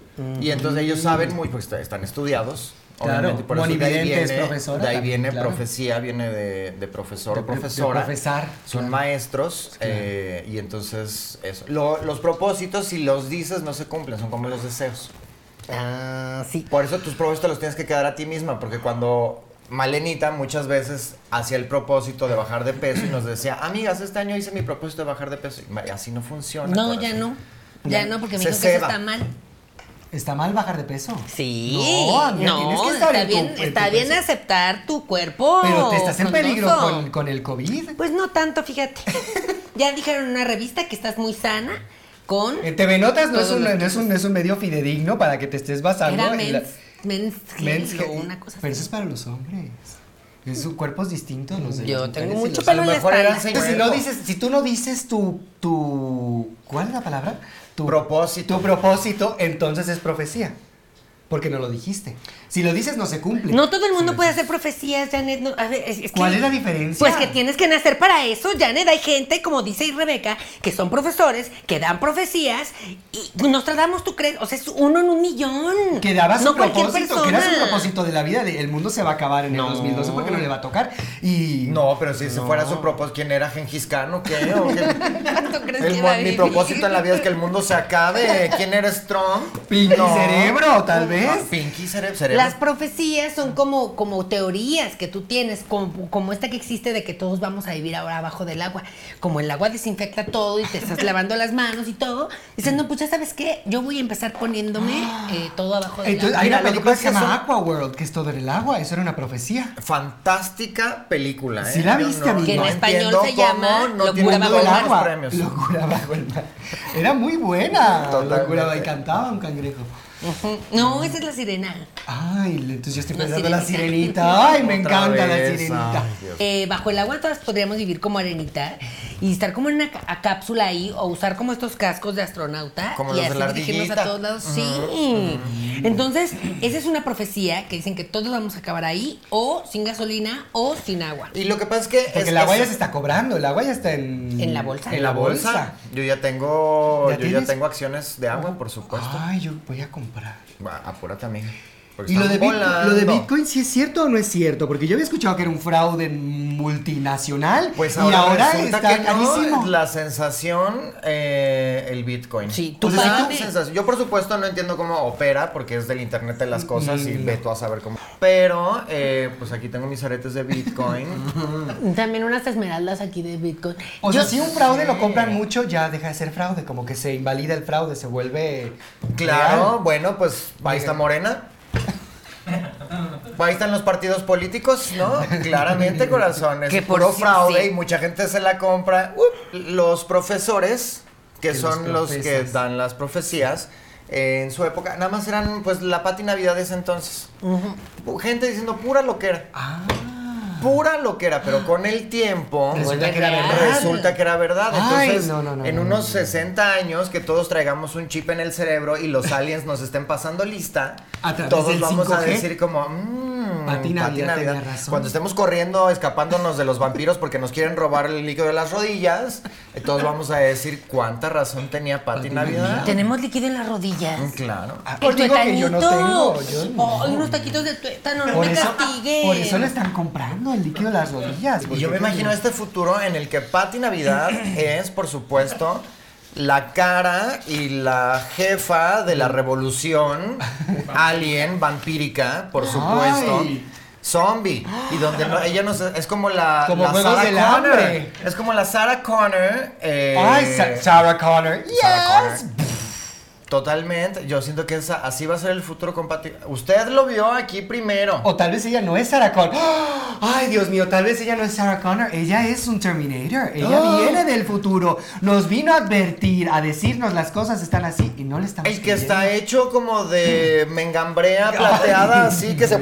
S2: y entonces ellos saben muy, pues est- están estudiados.
S1: Mm. Claro,
S2: obviamente, y por eso de ahí
S1: monividentes,
S2: viene,
S1: profesora,
S2: de ahí
S1: también,
S2: viene
S1: claro.
S2: profecía, viene de, de profesor
S1: De-
S2: o
S1: de- de
S2: profesora.
S1: profesar,
S2: Son
S1: claro.
S2: maestros eh, y entonces eso. Lo- los propósitos, si los dices, no se cumplen, son como los deseos.
S3: Ah, sí.
S2: Por eso tus propósitos los tienes que quedar a ti misma, porque cuando Malenita muchas veces hacía el propósito de bajar de peso y nos decía, amigas, este año hice mi propósito de bajar de peso. Y ma- así no funciona.
S3: No,
S2: corazón.
S3: ya no. Ya no, porque me
S2: Se
S3: dijo que eso
S2: ceba.
S3: está mal.
S1: ¿Está mal bajar de peso?
S3: Sí.
S1: No, amiga, tienes que estar
S3: está
S1: en tu-
S3: bien,
S1: en tu
S3: está bien
S1: peso.
S3: aceptar tu cuerpo.
S1: Pero te estás en
S3: frondoso.
S1: peligro con, con el COVID.
S3: Pues no tanto, fíjate. ya dijeron en una revista que estás muy sana con
S1: Eh, TV Notas no es,
S3: Todos
S1: un,
S3: los
S1: no es un- no es un medio fidedigno para que te estés basando
S3: era
S1: en la-
S3: mens, mens,
S1: Men's
S3: Health o
S1: Health.
S3: una cosa
S1: Pero eso es
S3: así.
S1: para los hombres. Es su cuerpo es distinto a los de
S3: Yo
S1: las mujeres
S3: tengo
S1: y
S3: mucho
S1: los-
S2: A
S3: pelo
S2: lo
S3: en la
S2: mejor
S3: espalda.
S2: eran
S1: Entonces, si
S2: señuelos.
S1: no dices, si tú no dices tu tu ¿cuál es la palabra? Tu
S2: Propósito.
S1: Tu propósito, entonces es profecía. Porque no lo dijiste. Si lo dices no se cumple.
S3: No todo el
S1: Si
S3: mundo
S1: lo
S3: puede
S1: dices.
S3: hacer profecías, Janet. no, a ver, es- es que-
S1: ¿Cuál es la diferencia?
S3: Pues que tienes que nacer para eso, Janet. Hay gente, como dice Rebeca, que son profesores, que dan profecías y nos tratamos, tú crees, o sea, es uno en un millón.
S1: que dabas
S3: no
S1: un
S3: cualquier
S1: propósito, que
S3: persona.
S1: eras un propósito de la vida, de, el mundo se va a acabar en el 2012 porque no le va a tocar y
S2: No, pero si ese fuera su propósito, ¿quién era Gengis Khan o qué? ¿O qué?
S3: ¿Tú crees
S2: El
S3: que va a
S2: mu- mi
S3: vivir?
S2: propósito en la vida es que el mundo se acabe. ¿Quién eres Trump?
S1: Pinky
S2: No.
S1: cerebro, tal vez.
S2: Ah, Pinky cere- cerebro.
S3: Las profecías son como, como teorías que tú tienes, como, como esta que existe de que todos vamos a vivir ahora abajo del agua. Como el agua desinfecta todo y te estás lavando las manos y todo. Dicen, no, pues ya sabes qué, yo voy a empezar poniéndome eh, todo abajo del
S1: Entonces,
S3: agua.
S1: hay una
S2: Mira, lo que
S1: película que se
S2: pasa es que
S1: llama Aqua World, que es todo en el agua, eso era una profecía.
S2: Fantástica película, ¿eh?
S1: Sí la
S2: Yo
S1: viste,
S2: no-
S1: amigo. Que en
S2: no
S3: español
S2: entiendo
S3: se llama
S2: cómo no
S3: Locura
S2: tiene
S3: bajo
S2: todos
S3: el
S2: los
S3: agua.
S2: premios.
S1: Locura bajo el mar. Era muy buena.
S2: Totalmente.
S1: Locura bajo- y cantaba un cangrejo.
S3: Ujú. No, esa es la sirena.
S1: Ay, entonces yo estoy
S3: La
S1: pensando en la
S3: sirenita.
S1: sirenita. Ay, me
S2: Otra
S1: encanta la
S2: vez, ah.
S1: sirenita.
S2: ay, Dios.
S3: Eh, bajo el agua todas podríamos vivir como arenita y estar como en una ca- a cápsula ahí o usar como estos cascos de astronauta
S2: Como
S3: y
S2: los de la
S3: dirigirnos
S2: ardillita.
S3: a todos lados. Sí. Entonces, esa es una profecía que dicen que todos vamos a acabar ahí o sin gasolina o sin agua.
S2: Y lo que pasa es que.
S1: Porque
S2: es-
S1: la agua ya
S2: es-
S1: se está cobrando, el agua ya está en...
S3: En la bolsa.
S1: En la bolsa.
S2: Yo ya tengo.
S1: ¿Ya
S2: yo ya
S1: tienes?
S2: tengo acciones de agua, por supuesto.
S1: Ay, yo voy a comprar.
S2: Va, apúrate, amiga. Porque
S1: Y lo
S2: están
S1: de, Bit-
S2: volando.
S1: lo de Bitcoin, ¿sí es cierto o no es cierto? Porque yo había escuchado que era un fraude multinacional
S2: Pues
S1: y
S2: ahora,
S1: ahora
S2: resulta
S1: está
S2: que no,
S1: carísimo.
S2: es la sensación, eh, el Bitcoin.
S3: Sí,
S2: O
S3: tú
S2: sea, sí
S3: pagas.
S2: es una sensación. Yo, por supuesto, no entiendo cómo opera, porque es del Internet de las cosas
S1: Mm,
S2: y ve tú a saber cómo. Pero, eh, pues aquí tengo mis aretes de Bitcoin.
S3: También unas esmeraldas aquí de Bitcoin.
S1: O
S3: Yo-
S1: sea, si un fraude lo compran mucho, ya deja de ser fraude, como que se invalida el fraude, se vuelve...
S2: claro,
S1: real.
S2: bueno, pues ahí está Morena. Ahí están los partidos políticos, ¿no? Claramente, corazón. Es
S3: Que por
S2: puro
S3: sí-
S2: fraude
S3: sí.
S2: y mucha gente se la compra. Uf, los profesores, que
S1: Que los
S2: son los, que
S1: profesas.
S2: dan las profecías, eh, en su época, nada más eran pues la pati navidad de ese entonces. Pu- Gente diciendo pura loquera.
S1: Ah,
S2: Pura loquera, pero con el tiempo.
S1: resulta
S3: vuelve
S1: que era
S3: real.
S1: verdad.
S2: Resulta que era verdad.
S1: Ay,
S2: Entonces,
S1: no, no, no,
S2: en
S1: no,
S2: unos
S1: no, no.
S2: 60 años que todos traigamos un chip en el cerebro y los aliens nos estén pasando lista,
S1: A través
S2: todos
S1: del
S2: vamos a
S1: 5G.
S2: decir como, mmm,
S1: Pati Navidad tenía razón.
S2: Cuando estemos corriendo, escapándonos de los vampiros porque nos quieren robar el líquido de las rodillas, eh, todos vamos a decir cuánta razón tenía Pati
S1: Pati
S2: Navidad.
S3: Ah. Tenemos líquido en las rodillas.
S2: Mm, Claro.
S1: Ah,
S3: El
S1: os digo que yo no tengo.
S3: tuetanito.
S1: yo
S3: Ay,
S1: no.
S3: unos taquitos de tuétano, Oh, no
S1: Por
S3: me
S1: eso,
S3: castigues.
S1: por eso le están comprando el líquido de las rodillas.
S2: Y
S1: porque
S2: yo me imagino este futuro en el que Patti Navidad es, por supuesto, la cara y la jefa de la revolución alien vampírica, por supuesto.
S1: Ay.
S2: Zombie. Y donde no- ella no se- es como la,
S1: Como
S2: la
S1: Juegos
S2: Sarah
S1: del
S2: Connor.
S1: Hambre.
S2: Es como la Sarah Connor. eh,
S1: Ay, Sa- Sarah Connor.
S2: Sarah
S1: Yes.
S2: Connor. Totalmente. Yo siento que esa, así va a ser el futuro con Patti. Usted lo vio aquí primero.
S1: O tal vez ella no es Sarah Connor. Ay, Dios mío, tal vez ella no es Sarah Connor. Ella es un Terminator. Ella
S2: Oh.
S1: viene del futuro. Nos vino a advertir, a decirnos las cosas están así y no le estamos
S2: El que está
S1: creyendo.
S2: hecho como de mengambrea plateada, así que se.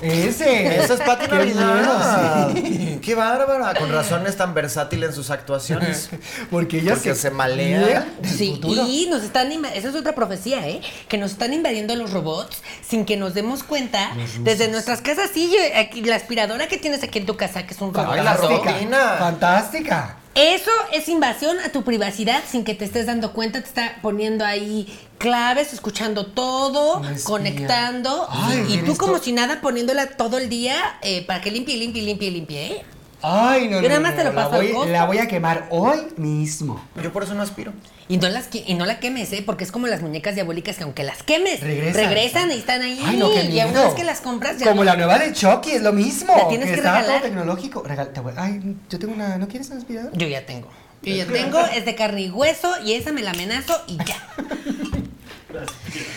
S1: Ese.
S2: Esa es Pati
S1: Qué miedo,
S2: Navidad.
S1: sí.
S2: Qué bárbara. Con razón es tan versátil en sus actuaciones.
S1: Porque ella
S2: Porque se malea.
S1: lea del
S3: Sí,
S1: futuro.
S3: y nos están, inva- esa es otra profecía, ¿eh? Que nos están invadiendo los robots sin que nos demos cuenta. Desde nuestras casas, sí, yo- aquí, la aspiradora que tienes aquí en tu casa, que es un robot.
S2: Ay, la
S1: Fantástica,
S2: rutina.
S1: Fantástica.
S3: Eso es invasión a tu privacidad sin que te estés dando cuenta, te está poniendo ahí claves, escuchando todo,
S1: Una espía.
S3: conectando,
S1: Ay,
S3: y, y
S1: ¿ven
S3: tú
S1: esto?
S3: como si nada poniéndola todo el día eh, para que limpie, limpie, limpie, limpie, ¿eh?
S1: Ay, no,
S3: Yo nada
S1: no,
S3: más te
S1: no,
S3: lo
S1: la
S3: paso al
S1: voy,
S3: costo.
S1: la voy a quemar hoy mismo.
S2: Yo por eso no aspiro.
S3: Y no, las que- y no la quemes, ¿eh? Porque es como las muñecas diabólicas que aunque las quemes,
S1: Regresan.
S3: y están ahí.
S1: Ay, no, qué
S3: y una
S1: miedo.
S3: vez que las compras, ya
S1: Como
S3: no-
S1: la nueva de Chucky, es lo mismo.
S3: La tienes que
S1: estaba todo
S3: regalar.
S1: tecnológico. Regal- te voy- Ay, yo tengo una. ¿No quieres una aspiradora?
S3: Yo ya tengo. Yo ya tengo, es de carne y hueso, y esa me la amenazo y ya.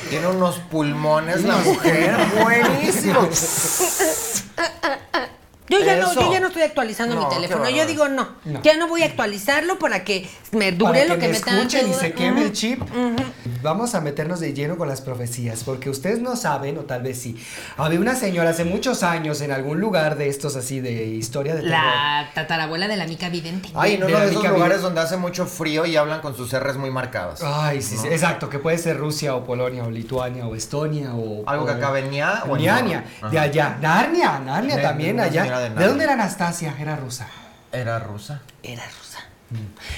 S2: Tiene unos pulmones la mujer. Buenísimo.
S3: Yo ya, no,
S2: Eso.
S3: yo ya no estoy actualizando
S2: No,
S3: mi
S2: qué
S3: teléfono. Yo
S2: bárbaro.
S3: digo, no,
S1: No.
S3: ya no voy a actualizarlo para que me dure
S1: Para
S3: lo que me tenga que
S1: escuchen y
S3: durar.
S1: se queme el
S3: Ujú.
S1: chip. Vamos a meternos de lleno con las profecías, porque ustedes no saben, o tal vez sí. Había una señora hace muchos años en algún lugar de estos así de historia de terror.
S3: La tatarabuela de la mica vidente.
S2: Ay, no,
S1: De
S2: no,
S1: la
S2: de esos
S1: mica
S2: lugares
S1: bien.
S2: donde hace mucho frío y hablan con sus R's muy marcadas.
S1: Ay, sí, sí, exacto, que puede ser Rusia o Polonia o Lituania o Estonia o...
S2: Algo que
S1: o-
S2: acabe en ña o en
S1: Ñaña,
S2: ña.
S1: de
S2: Ajá.
S1: allá. Narnia, Narnia
S2: De-
S1: también
S2: de una
S1: allá.
S2: señora de
S1: De,
S2: Narnia.
S1: dónde era Anastasia? Era rusa.
S2: Era rusa.
S3: Era rusa.
S2: Mm.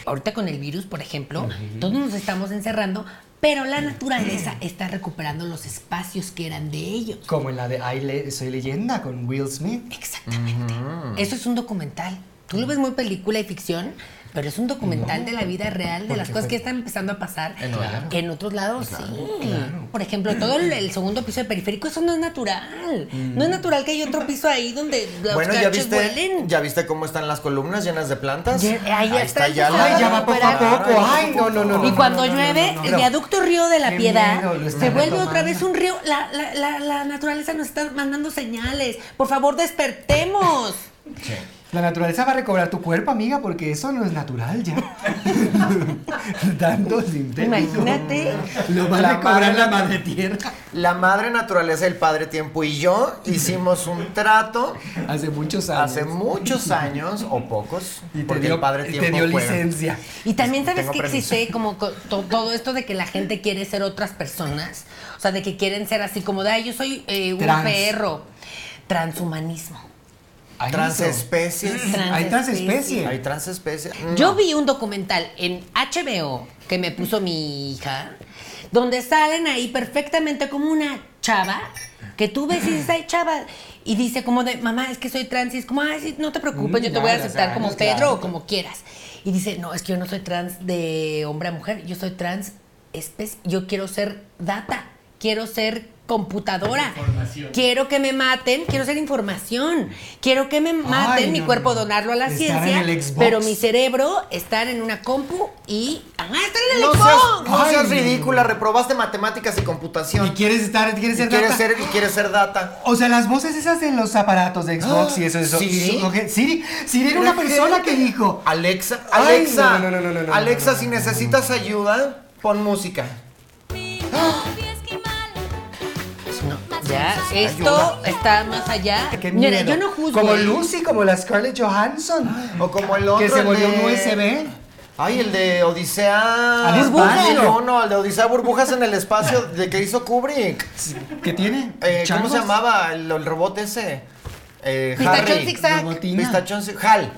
S3: Ahorita con el virus, por ejemplo, todos nos estamos encerrando, pero la
S2: Mm.
S3: naturaleza está recuperando los espacios que eran de ellos.
S1: Como en la de I Le- Soy Leyenda con Will Smith.
S3: Exactamente.
S2: Mm.
S3: Eso es un documental. Tú lo ves muy película y ficción, pero es un documental de la vida real, de las
S1: Porque
S3: cosas
S1: fue-
S3: que están empezando a pasar
S2: En Nueva York.
S3: en otros lados. sí. Por ejemplo, todo el, el segundo piso de periférico, eso no es natural. No es natural que hay otro piso ahí donde los
S2: Mm. Bueno, ¿ya
S3: cachos
S2: viste,
S3: huelen.
S2: ya viste cómo están las columnas llenas de plantas.
S3: Ya- ahí está empezando
S1: Ay, ya va poco a
S2: recuperando.
S1: poco. Ay, no, no, no.
S3: Y
S1: no,
S3: cuando
S1: no, no,
S3: llueve,
S1: no, no, no.
S3: el viaducto río de la
S1: Qué
S3: piedad
S1: miedo, lo están
S3: se vuelve otra
S1: retomando.
S3: vez un río. La, la- la- la naturaleza nos está mandando señales. Por favor, despertemos.
S1: La naturaleza va a recobrar tu cuerpo, amiga, porque eso no es natural ya. Tanto sintético.
S3: Imagínate.
S1: Lo va
S2: La
S1: a recobrar
S2: madre-
S1: la madre tierra.
S2: La madre naturaleza, el padre tiempo y yo hicimos un trato
S1: Hace muchos años.
S2: hace muchos años o pocos
S1: y te
S2: porque
S1: dio,
S2: el padre
S1: te
S2: tiempo
S1: dio
S2: juega.
S1: licencia.
S3: Y también sabes
S2: Tengo
S3: que
S2: permiso.
S3: existe como co- to- todo esto de que la gente quiere ser otras personas, o sea, de que quieren ser así como de, ay, yo soy eh, un
S1: Trans.
S3: perro. Transhumanismo.
S1: Hay eso.
S2: Transespecies.
S1: Hay transespecie.
S2: Hay transespecies. No.
S3: Yo vi un documental en HBO que me puso mi hija, donde salen ahí perfectamente como una chava que tú ves y dices, ay, chava, y dice como de, mamá, es que soy trans, y es como, ay, sí, no te preocupes,
S1: Mm,
S3: yo te
S1: ya,
S3: voy a
S1: ya
S3: aceptar como
S1: sabes,
S3: Pedro o
S1: claro.
S3: como quieras. Y dice, no, es que yo no soy trans de hombre a mujer, yo soy trans especie, yo quiero ser data, quiero ser computadora,
S4: Información.
S3: quiero que me maten, quiero ser información, quiero que me maten, mi
S1: no,
S3: cuerpo
S1: no.
S3: donarlo a la
S1: Estar
S3: ciencia,
S1: en el Xbox.
S3: pero mi cerebro estar en una compu y, ajá, estar en el
S2: No
S3: Xbox.
S2: seas, no
S1: Ay,
S2: seas
S1: no, no,
S2: ridícula,
S1: no.
S2: reprobaste matemáticas y
S1: Y
S2: computación.
S1: quieres estar,
S2: Y
S1: quieres ser
S2: quieres
S1: data.
S2: ser, y quieres ser data.
S1: O sea, las voces esas en los aparatos de Xbox y eso, eso.
S2: Ah, ¿Siri?
S1: eso, ok. Siri, Siri era una persona que dijo.
S2: Alexa,
S1: Ay,
S2: Alexa,
S1: no, no, no, no, no, no,
S2: Alexa,
S1: no, no,
S2: si
S1: no, no,
S2: necesitas ayuda, pon música.
S3: Ya, esto está más allá.
S1: Qué
S3: Mira,
S1: miedo.
S3: yo no juzgo.
S1: Como
S3: ¿eh?
S1: Lucy, como la Scarlett Johansson.
S2: O como el otro.
S1: Que se
S2: el
S1: volvió
S2: de-
S1: un USB.
S2: Ay, el de Odisea.
S1: Al espacio.
S2: No, no, el de Odisea Burbujas en el espacio de que hizo Kubrick.
S1: ¿Qué tiene?
S2: Eh, ¿Cómo
S1: ¿Changos?
S2: se llamaba el, el robot ese? Eh,
S3: Pistachón
S2: Harry.
S3: zigzag.
S1: Robotina.
S2: Pistachón zig- Hal.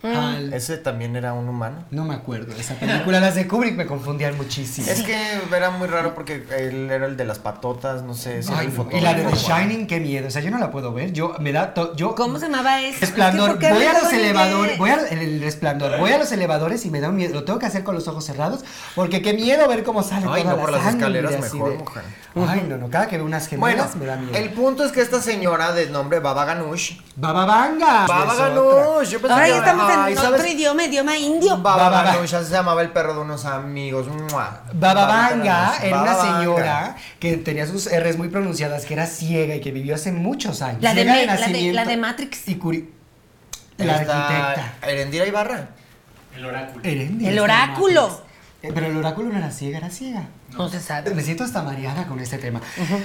S1: Al-
S2: Ese también era un humano.
S1: No me acuerdo de esa película. Las de Kubrick me confundían muchísimo.
S2: Es que era muy raro porque él era el de las patotas, no sé. si era
S1: Ay,
S2: el
S1: y la de The
S2: fotógrafo.
S1: Shining, qué miedo. O sea, yo no la puedo ver. Yo me da to- yo
S3: ¿Cómo se llamaba eso?
S1: Resplandor.
S3: Es que, ¿por qué
S1: voy a
S3: hablas
S1: los
S3: horrible?
S1: elevadores, voy a el, el resplandor, voy a los elevadores y me da un miedo. Lo tengo que hacer con los ojos cerrados porque qué miedo ver cómo sale
S2: Ay,
S1: toda
S2: no, por
S1: la
S2: las
S1: sangre,
S2: escaleras
S1: así
S2: mejor,
S1: de-
S2: mujer.
S1: Ay, no, no, cada que veo unas
S2: Bueno,
S1: gemelas me da miedo.
S2: el punto es que esta señora de nombre Baba Ganoush.
S1: Baba Vanga.
S2: Baba
S1: Ah, Es otra.
S2: Ganoush, yo pensé
S3: Ahora
S2: que-
S3: ya estamos en
S2: Ay,
S3: otro
S2: ¿sabes?
S3: idioma, idioma indio.
S2: Baba
S1: Baba-
S2: Ganoush, así se llamaba el perro de unos amigos. Mua.
S1: Baba
S2: Ganoush.
S1: Vanga era
S2: Baba
S1: una
S2: Vanga.
S1: señora que tenía sus R's muy pronunciadas, que era ciega y que vivió hace muchos años.
S3: La de
S1: Ciega
S3: Ma- la de- la de Matrix.
S1: Y curi- La
S2: Esta-
S1: arquitecta.
S2: Erendira Ibarra.
S4: El oráculo.
S1: Erendis,
S3: El
S1: no
S3: oráculo.
S1: mames. Eh, Pero el oráculo no era ciega, era ciega.
S3: No se sabe.
S1: Me siento hasta mareada con este tema.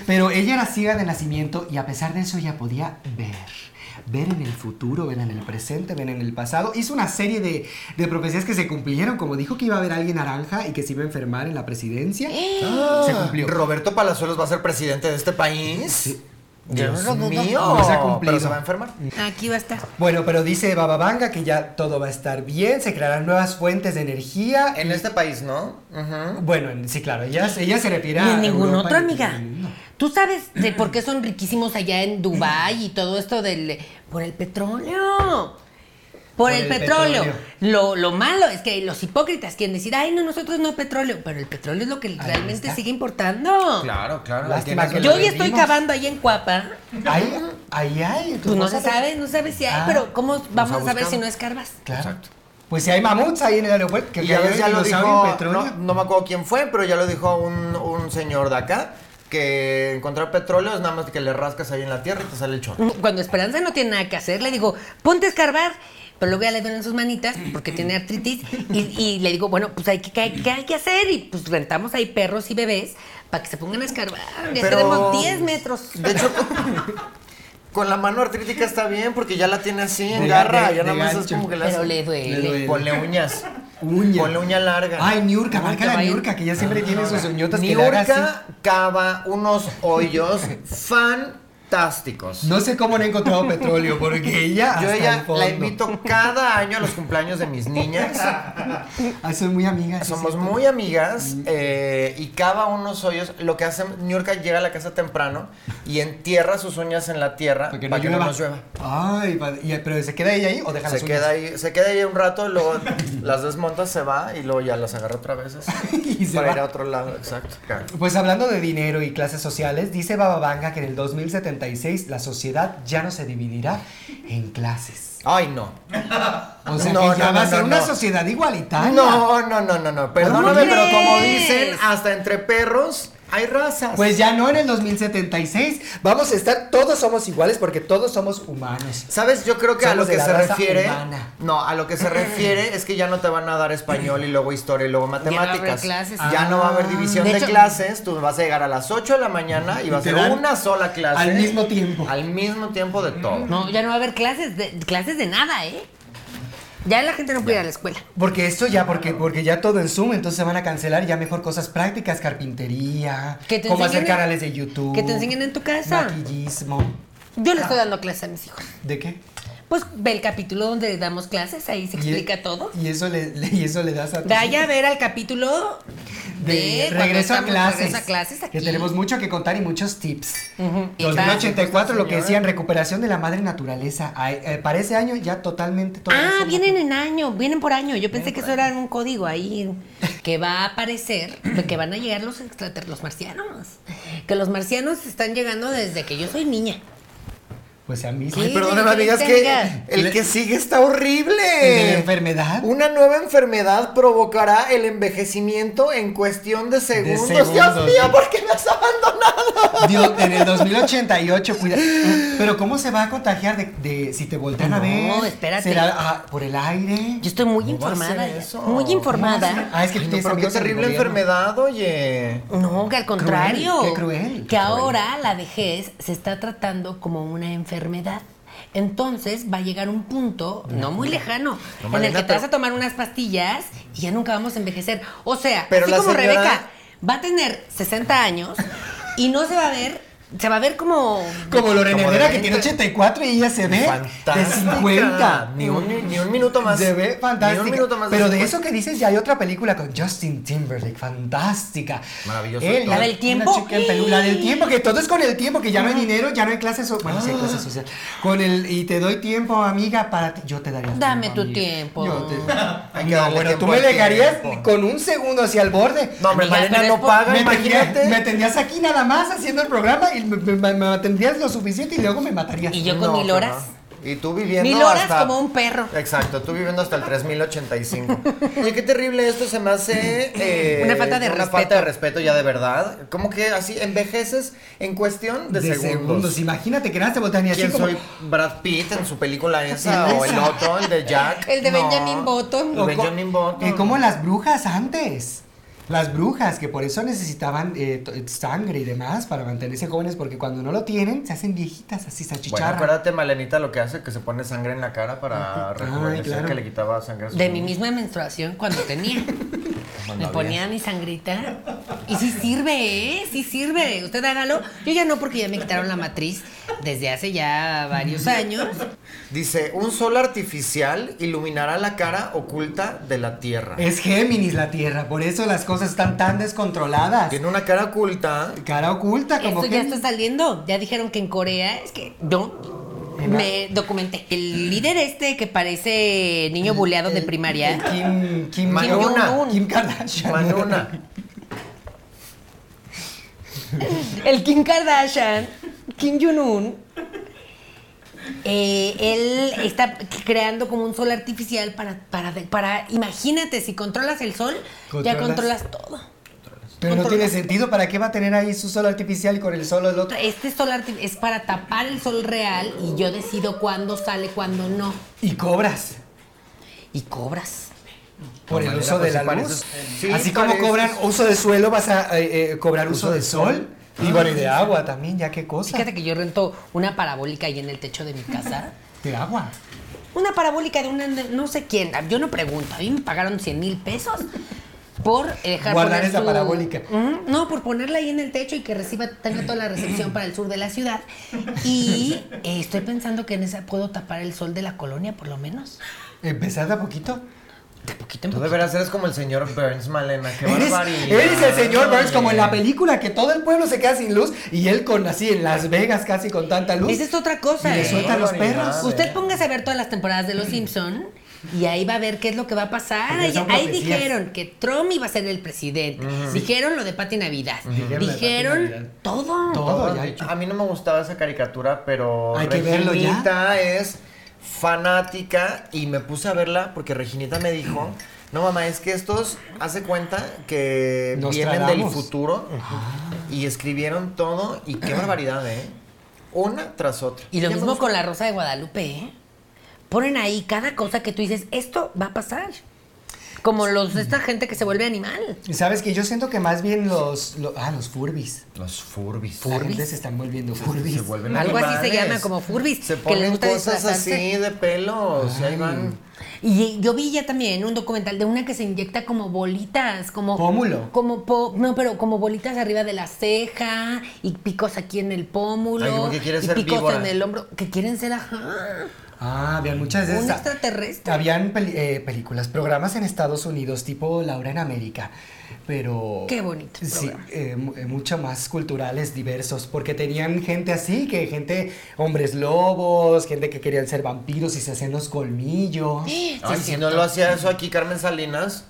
S1: Pero ella era ciega de nacimiento y a pesar de eso ella podía ver. Ver en el futuro, ver en el presente, ver en el pasado. Hizo una serie de, de profecías que se cumplieron, como dijo que iba a haber alguien naranja y que se iba a enfermar en la presidencia.
S3: ¡Eh!
S1: Se cumplió.
S2: Roberto Palazuelos va a ser presidente de este país. Dios
S3: Yo no lo dudo.
S2: mío.
S1: No se ha cumplido.
S2: Pero se va a enfermar.
S3: Aquí va a estar.
S1: Bueno, pero dice Bababanga que ya todo va a estar bien, se crearán nuevas fuentes de energía.
S2: En este país, ¿no? Ujú.
S1: Bueno, en- sí, claro, ella, ella se
S3: Ni
S1: refiere a
S3: en ningún
S1: Europa
S3: otro,
S1: y-
S3: amiga. ¿Tú sabes de por qué son riquísimos allá en Dubái y todo esto del... Por el petróleo. Por, el, petróleo. Lo, lo malo es que los hipócritas quieren decir, ay, no, nosotros no petróleo. Pero el petróleo es lo que realmente
S1: está.
S3: sigue importando.
S2: Claro, claro.
S1: Lástima
S2: Tienes-
S1: que
S3: Yo
S1: lo
S3: ya estoy
S1: vendimos.
S3: cavando ahí en Cuapa.
S1: Ahí, ahí hay.
S3: Pues no se
S1: sabes.
S3: sabe, no sabe si hay,
S1: Ah,
S3: pero ¿cómo vamos
S2: ha
S3: a saber
S2: buscado.
S3: si no escarbas?
S1: Claro. Pues si hay mamuts ahí en el aeropuerto, que
S2: Y ya,
S1: cayó
S2: ves,
S1: el
S2: ya lo
S1: dinosaurio en
S2: dijo,
S1: petróleo.
S2: no, no me acuerdo quién fue, pero ya lo dijo un, un señor de acá, que encontrar petróleo es nada más que le rascas ahí en la tierra y te sale el chorro.
S3: Cuando Esperanza no tiene nada que hacer, le digo, ponte a escarbar. Pero luego ya le duelen sus manitas porque tiene artritis. Y, y le digo, bueno, pues hay que, ¿qué hay, qué hay que hacer? Y pues rentamos ahí perros y bebés para que se pongan a escarbar. Ya
S2: Pero-
S3: tenemos 10 metros.
S2: De hecho, con la mano artrítica está bien porque ya la tiene así en
S1: De-
S2: garra,
S1: de-
S2: ya
S1: de
S2: nada más es
S1: gancho.
S2: como que le
S3: Pero
S2: hace-
S3: le duele.
S1: Le duele.
S2: Ponle uñas.
S1: Uña.
S2: Ponle uña larga. Ah,
S1: Ay, Niurka,
S3: Ay,
S1: marca
S3: que
S1: la
S3: vaya.
S1: Niurka, que ya siempre tiene sus uñotas que le haga
S2: Niurka cava unos hoyos fantásticos.
S1: así. No sé cómo no he encontrado petróleo, porque ella.
S2: Yo
S1: hasta el
S2: ella
S1: fondo.
S2: la invito cada año a los cumpleaños de mis niñas.
S1: Ah, son muy amigas. sí,
S2: Somos
S1: sí.
S2: muy amigas
S1: Mm.
S2: eh, y cava unos hoyos. Lo que hace Niurka llega a la casa temprano y entierra sus uñas en la tierra
S1: Para
S2: para
S1: que no llueva.
S2: nos llueva.
S1: Ay, padre. ¿Y- pero ¿se queda ella ahí o deja las
S2: Se
S1: uñas?
S2: queda, ahí, se queda ahí un rato, luego las desmonta, se va y luego ya las agarra otra vez. así,
S1: Y se
S2: para
S1: va.
S2: ir a otro lado, exacto. claro.
S1: Pues hablando de dinero y clases sociales, dice Bababanga que en el 2076 la sociedad ya no se dividirá en clases.
S2: Ay, no.
S1: O sea
S2: No,
S1: que ya
S2: no,
S1: va a
S2: no,
S1: ser
S2: no,
S1: una
S2: no.
S1: sociedad igualitaria.
S2: No, no, no, no, no. Perdóname,
S3: crees?
S2: pero como dicen, hasta entre perros hay razas.
S1: Pues ya no en el 2076. Vamos a estar, todos somos iguales porque todos somos humanos.
S2: ¿Sabes? Yo creo que a
S1: Somos
S2: lo
S1: de
S2: que
S1: la
S2: se
S1: raza
S2: refiere.
S1: humana.
S2: No, a lo que se refiere es que ya no te van a dar español y luego historia y luego matemáticas.
S3: haber clases.
S2: Ya no va a haber
S1: Ah.
S2: división
S3: De
S2: de,
S3: hecho-
S2: clases. Tú vas a llegar a las 8 de la mañana y va a
S1: Te
S2: ser
S1: dan
S2: una sola clase.
S1: al mismo tiempo.
S2: Al mismo tiempo de todo.
S3: No, ya no va a haber clases de, clases de nada, ¿eh? Ya la gente no puede ir a la escuela.
S1: Porque esto ya, porque, porque ya todo en Zoom, entonces se van a cancelar ya mejor cosas prácticas, carpintería,
S3: Que te
S1: cómo hacer
S3: enseñen en-
S1: canales de YouTube.
S3: que te enseñen en tu casa.
S1: Maquillismo.
S3: Yo le estoy dando clases a mis hijos.
S1: ¿De qué?
S3: Pues ve el capítulo donde damos clases, ahí se
S1: Y-
S3: explica todo.
S1: Y eso le, le- y eso le das a tu-
S3: Vaya a ver al capítulo
S1: de,
S3: cuando
S1: regreso a
S3: estamos
S1: clases.
S3: regreso a clases aquí.
S1: Que tenemos mucho que contar y muchos tips.
S3: Y pues,
S1: 2084, lo que
S2: señora.
S1: decían, recuperación de la madre naturaleza. Ay, eh, para ese año ya totalmente... todo
S3: Ah,
S1: eso-
S3: vienen en año, vienen por año. Yo pensé que eso era un código ahí que va a aparecer, de que van a llegar los extraterrestres, los marcianos. Que los marcianos están llegando desde que yo soy niña.
S1: Pues a mí sí.
S3: Sí,
S2: Ay, perdóname,
S3: sí,
S2: amigas,
S3: sí,
S2: que
S3: amiga.
S2: el que sigue está horrible.
S1: ¿El pues, de la enfermedad?
S2: Una nueva enfermedad provocará el envejecimiento en cuestión de segundos. Dios
S1: segundos.
S2: mío, ¿por qué me has abandonado?
S1: Dios, en el 2088, cuida. Pero ¿cómo se va a contagiar de, de- si te voltean a
S3: No,
S1: ver?
S3: espérate.
S1: ¿Será ah, por el aire?
S3: Yo estoy muy
S2: ¿Cómo va a
S3: informada.
S2: ser eso?
S3: Muy informada.
S1: Ah, es que
S2: Ay,
S1: tú
S2: no,
S1: tienes
S2: pero qué
S1: amigos en el
S2: terrible
S1: gobierno.
S2: enfermedad, oye.
S3: No, que al contrario.
S1: qué cruel,
S3: Que
S1: qué cruel.
S3: ahora la vejez se está tratando como una enfermedad. Entonces va a llegar un punto, no muy lejano, en el
S2: Malena,
S3: que te
S2: pero-
S3: vas a tomar unas pastillas y ya nunca vamos a envejecer. O sea,
S2: Pero
S3: así
S2: la
S3: como
S2: señora-
S3: Rebeca va a tener 60 años y no se va a ver, se va a ver como...
S1: Como Lorena
S2: Como
S1: Herrera,
S2: de
S1: que tiene
S2: 20.
S1: 84 y ella se ve de 50.
S2: Ni un, ni un minuto más.
S1: Se ve fantástica.
S2: Ni un minuto más.
S1: Pero de
S2: 50.
S1: eso que dices, ya hay otra película con Justin Timberlake, fantástica. Eh,
S2: Maravilloso
S1: Él,
S2: actor.
S3: La del
S1: una
S3: tiempo.
S1: chica en pelu- la del tiempo, que todo es con el tiempo, que ya no hay dinero, ya no hay clases sociales. Bueno, sí hay clases sociales. Con el, y te doy tiempo, amiga, para ti. Yo te daría
S3: Dame tu
S1: amiga.
S3: tiempo.
S1: Yo te-
S2: Hay que
S1: No,
S2: darle
S1: bueno,
S2: tiempo
S1: tú me
S2: al
S1: dejarías
S2: tiempo.
S1: con un segundo hacia el borde.
S2: No, hombre,
S3: Amiga,
S2: Malena
S3: pero
S2: no
S3: es por-
S2: paga,
S1: Me, tendría-
S2: imagínate.
S1: me tendrías aquí nada más haciendo el programa y me, me- me- me mantendrías lo suficiente y luego me matarías.
S3: Y yo con
S2: No,
S3: mil horas.
S2: qué va. Y tú viviendo
S3: Mil horas
S2: hasta-
S3: como un perro.
S2: Exacto, tú viviendo hasta el 3085. Oye, qué terrible esto, se me hace... eh,
S3: Una falta de
S2: Una
S3: respeto.
S2: falta de respeto ya de verdad. Como que así envejeces en cuestión de,
S1: de segundos. Imagínate que nada te voltean y así
S2: ¿Quién
S1: como...
S2: soy? ¿Brad Pitt en su película esa? ¿O el otro, el de Jack?
S3: El de
S2: No.
S3: Benjamin Button.
S2: El
S1: o co-
S2: Benjamin Button.
S1: eh, como las brujas antes. Las brujas, que por eso necesitaban eh, to- sangre y demás para mantenerse jóvenes, porque cuando no lo tienen, se hacen viejitas, así
S2: Bueno,
S1: salchicharra.
S2: acuérdate, Malenita, lo que hace, que se pone sangre en la cara para rejuvenecer,
S1: claro.
S2: que le quitaba sangre a su
S3: De mi misma menstruación cuando tenía.
S2: Cuando
S3: Me
S2: había.
S3: ponía mi sangrita. Y sí sirve, ¿eh? Sí sirve. Usted hágalo. Yo ya no, porque ya me quitaron la matriz desde hace ya varios años.
S2: Dice, un sol artificial iluminará la cara oculta de la Tierra.
S1: es Géminis la Tierra, por eso las cosas están tan descontroladas.
S2: Tiene una cara oculta.
S1: Cara oculta, como
S3: Esto ya
S1: Géminis.
S3: está saliendo. Ya dijeron que en Corea es que yo me documenté. El líder este que parece niño buleado de primaria.
S1: Kim, Kim,
S2: Manuna.
S1: Jong-un. ¿eh? Kim Kardashian.
S2: Manuna.
S3: El Kim Kardashian, Kim Jong-un, eh, él está creando como un sol artificial para, para, para- imagínate, si controlas el sol, ya
S1: Controlas.
S3: controlas todo.
S1: Pero no tiene sentido, ¿para qué va a tener ahí su sol artificial y con el sol el otro?
S3: Este sol arti- es para tapar el sol real y yo decido cuándo sale, cuándo no.
S1: Y cobras.
S3: Y cobras.
S1: por
S2: Manera,
S1: el uso de
S2: pues,
S1: la
S2: sí
S1: luz.
S2: pareces- sí,
S1: Así como
S2: pareces-
S1: cobran uso de suelo, vas a eh, eh, cobrar uso, de Ah, sol. Y bueno, y de agua también, ya qué cosa.
S3: Fíjate que yo rento una parabólica ahí en el techo de mi casa.
S1: De agua.
S3: Una parabólica de una no sé quién. Yo no pregunto. A mí me pagaron 100 mil pesos por eh, dejar
S1: Guardar
S3: poner
S1: esa
S3: su-
S1: parabólica.
S3: Ujú, No, por ponerla ahí en el techo y que reciba tenga toda la recepción para el sur de la ciudad. Y eh, estoy pensando que en esa puedo tapar el sol de la colonia, por lo menos.
S1: Empezar de a poquito.
S3: De poquito en
S2: Tú
S3: poquito.
S2: deberás eres como el señor Burns, Malena. Qué
S1: Eres,
S2: barbaridad.
S1: eres el señor Burns, como en la
S2: Oye.
S1: película, que todo el pueblo se queda sin luz y él con así en Las Vegas casi con tanta luz.
S3: Esa es otra cosa.
S1: Y le
S3: ¿eh?
S1: suelta a los
S2: barbaridad,
S1: perros.
S2: eh.
S3: Usted póngase a ver todas las temporadas de Los Simpson y ahí va a ver qué es lo que va a pasar.
S1: Porque
S3: Ahí,
S1: son
S3: ahí
S1: profecías.
S3: dijeron que Trump iba a ser el presidente. Dijeron lo de Pati Navidad.
S1: Dijeron lo de Pati
S3: Dijeron
S1: Navidad.
S3: todo.
S1: Todo ya hecho.
S2: A mí no me gustaba esa caricatura, pero
S1: Hay que verlo ya.
S2: Reginita es fanática y me puse a verla porque Reginita me dijo, no mamá, es que estos hace cuenta que
S1: Nos
S2: vienen
S1: tragamos.
S2: del futuro y escribieron todo y qué barbaridad, ¿eh? Una tras otra.
S3: Y
S2: Ya
S3: lo
S2: me
S3: mismo
S2: gustó.
S3: con la Rosa de Guadalupe, ¿eh? Ponen ahí cada cosa que tú dices, esto va a pasar. Como los de esta gente que se vuelve animal.
S1: Y sabes que yo siento que más bien los. lo- ah, los Furbis.
S2: los Furbis.
S1: La gente se están volviendo Furbis.
S2: Se vuelven
S3: Algo así se
S2: animales.
S3: llama, como Furbis,
S2: Se
S3: que
S2: ponen
S3: les gusta
S2: cosas
S3: disfrazarse.
S2: así de pelos. y ahí van.
S3: Y yo vi ya también un documental de una que se inyecta como bolitas, como...
S1: Pómulo.
S3: Como po- no, pero como bolitas arriba de la ceja y picos aquí en el pómulo.
S2: Ay, como que quiere
S3: y
S2: ser
S3: picos
S2: víbora.
S3: en el hombro. Que quieren ser, ajá.
S1: Ah, habían muchas de
S3: Un
S1: esas.
S3: extraterrestre.
S1: Habían peli- eh, películas, programas en Estados Unidos, tipo Laura en América, pero...
S3: Qué bonito
S1: Sí,
S3: programa.
S1: eh, mu- eh, mucho más culturales, diversos, porque tenían gente así, que gente, hombres lobos, gente que querían ser vampiros y se hacían los colmillos.
S2: Ay, si no lo hacía eso aquí Carmen Salinas.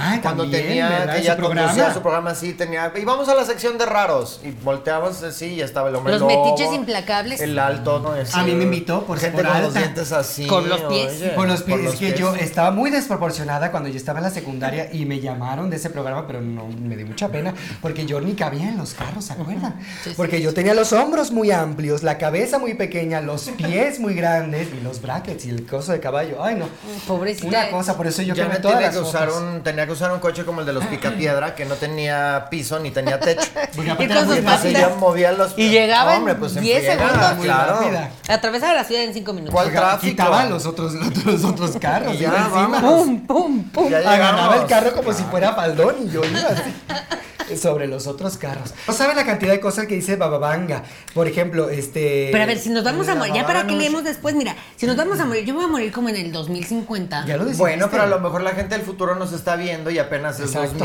S1: Ah,
S2: Cuando
S1: también,
S2: tenía
S1: ¿verdad?
S2: que
S1: Su
S2: ella
S1: programa.
S2: conducía su programa así, tenía. Y vamos a la sección de raros. Y volteabas así y ya estaba el hombre.
S3: Los
S2: lobo,
S3: metiches implacables.
S2: El alto, ¿no? Ese-
S1: A mí me invitó por-
S2: Gente
S1: por
S2: con los
S1: alta.
S2: dientes así.
S3: Con los pies.
S2: oye,
S1: Por los pies,
S2: por
S1: es que
S2: pies.
S1: yo estaba muy desproporcionada cuando yo estaba en la secundaria y me llamaron de ese programa, pero no me dio mucha pena porque yo ni cabía en los carros, ¿se acuerdan?
S3: Sí, sí,
S1: Porque yo tenía los hombros muy amplios, la cabeza muy pequeña, los pies muy grandes y los brackets y el coso de caballo. Ay, no.
S3: Pobrecita.
S1: Una cosa, por eso yo
S2: Ya
S1: quemé
S2: me
S1: todas
S2: tenía
S1: las
S2: que, usar
S1: fotos.
S2: un, tenía que usar un coche como el de los Picapiedra, que no tenía piso ni tenía techo.
S1: Porque
S3: Y
S1: aparte
S3: con
S1: era muy
S3: sus
S1: fácil.
S2: Entonces ya movía los
S3: Y llegaba en
S2: Hombre, pues, en
S3: 10
S2: friega,
S3: segundos.
S1: Muy
S2: Claro.
S1: rápida.
S3: Atravesaba la ciudad en cinco minutos.
S2: ¿Cuál?
S1: Porque
S2: tráfico.
S1: Quitaba los otros, los otros carros.
S2: Y ya,
S1: iba encima.
S2: vámonos.
S3: ¡Pum, pum, pum!
S2: Ya
S1: Agarraba
S2: llegamos.
S1: el carro como si fuera faldón y yo iba así sobre los otros carros. No saben la cantidad de cosas que dice Bababanga. Por ejemplo,
S2: eh,
S1: este.
S3: Pero a ver, si nos vamos a morir, ya para
S2: no
S3: que
S2: me-
S3: leemos después, mira, si nos vamos a morir, yo me voy a morir como en el 2050.
S1: Ya lo dijiste.
S2: Bueno, pero a lo mejor la gente del futuro nos está viendo y apenas es
S1: Exacto.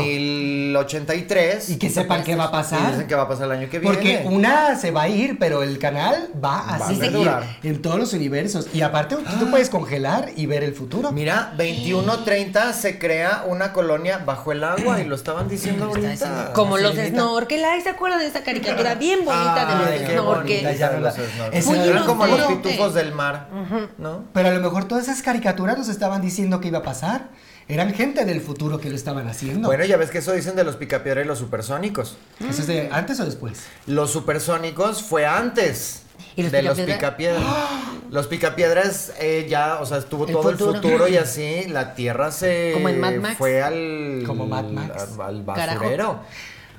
S2: 2083.
S1: Y que sepan qué va a
S2: Y dicen
S1: pasar.
S2: que va a pasar el año que viene.
S1: Porque una se va a ir, pero el canal va a
S2: Va a
S1: seguir
S2: perdurar.
S1: en todos los universos. Y aparte, tú puedes congelar y ver el futuro.
S2: Ah. Mira, 2130 se crea una colonia bajo el agua y lo estaban diciendo
S3: Está
S2: ahorita.
S3: diciendo, Ah, Como los snorkel, ay, ¿se acuerdan de esa caricatura bien
S2: Ay,
S3: bonita de los
S2: qué bonita,
S3: snorkel?
S2: ya no la-
S1: Muy
S2: Esos eran como los
S3: inocente.
S2: pitufos del mar, ¿no?
S1: Pero a lo mejor todas esas caricaturas nos estaban diciendo que iba a pasar. Eran gente del futuro que lo estaban haciendo.
S2: Bueno, ya ves que eso dicen de los picapiedra y los supersónicos.
S1: ¿Eso es de antes o después?
S2: Los supersónicos fue antes
S3: ¿Y los
S2: de los
S3: Picapiedra? ¡Ah!
S2: picapiedras. Los picapiedras eh, ya, o sea, estuvo
S3: El
S2: todo
S3: futuro.
S2: el futuro y así la Tierra se
S3: Como en Mad Max.
S2: fue al
S1: Como Mad Max.
S2: al, al
S3: Carajo.
S2: basurero.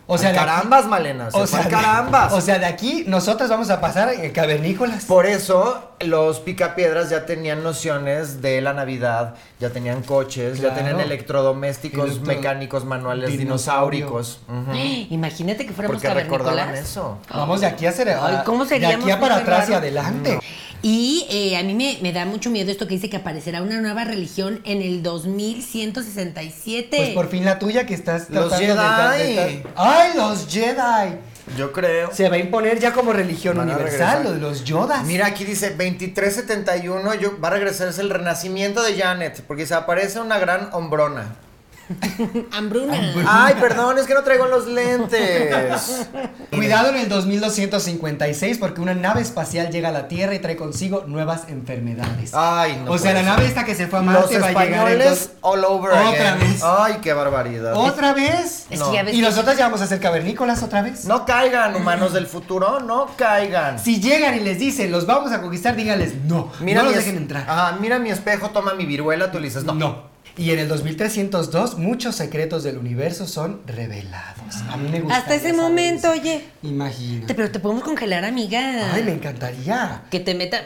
S1: O sea,
S2: Al
S1: de aquí-
S2: carambas, Malena, se fue al carambas.
S1: O sea, de aquí nosotros vamos a pasar en cavernícolas.
S2: Por eso los picapiedras ya tenían nociones de la Navidad, ya tenían coches, ya
S1: Claro.
S2: tenían electrodomésticos,
S1: Electro-
S2: mecánicos, manuales,
S1: Dinosaurio.
S2: dinosauricos. Ujú.
S3: Imagínate que fuéramos
S2: Porque recordaban
S3: cavernícolas. Oh.
S2: eso.
S1: Vamos de aquí a hacer,
S3: Ay, ¿cómo
S1: de
S3: seríamos
S1: aquí a para
S3: muy
S1: atrás y
S3: raros?
S1: adelante.
S3: Y eh, a mí me, me da mucho miedo esto que dice que aparecerá una nueva religión en el 2167.
S1: Pues por fin la tuya que estás
S2: Los
S1: tratando de dar- de
S2: Jedi.
S1: dar- Ay, los Jedi.
S2: Yo creo.
S1: Se va a imponer ya como religión
S2: Van a
S1: universal,
S2: regresar.
S1: lo de los Yodas.
S2: Ah, Mira, aquí dice 2371, yo, va a regresarse el renacimiento de Janet, porque se aparece una gran hombrona.
S3: Hambruna.
S2: Ay, perdón, es que no traigo los lentes.
S1: Cuidado en el 2256 porque una nave espacial llega a la Tierra y trae consigo nuevas enfermedades.
S2: Ay, no
S1: o sea, la
S2: puede ser.
S1: nave esta que se fue a
S2: Ah, pues. Los
S1: Marte va a llegar
S2: españoles
S1: entonces-
S2: all over
S1: Otra
S2: again.
S1: vez.
S2: Ay, qué barbaridad.
S1: ¿Otra vez?
S3: Es
S2: No.
S3: que ya ves
S1: ¿Y
S3: que-
S1: nosotras ya vamos a ser cavernícolas otra vez?
S2: No caigan, humanos del futuro, no caigan.
S1: Si llegan y les dicen, los vamos a conquistar, díganles no. no los
S2: mi es-
S1: dejen entrar.
S2: Ajá, mira mi espejo, toma mi viruela, tú le dices no.
S1: Y en el 2302, muchos secretos del universo son revelados. A mí me gusta.
S3: Hasta ese momento, oye.
S1: Imagina.
S3: Te- pero te podemos congelar, amiga.
S1: Ay, me encantaría.
S3: Que te meta.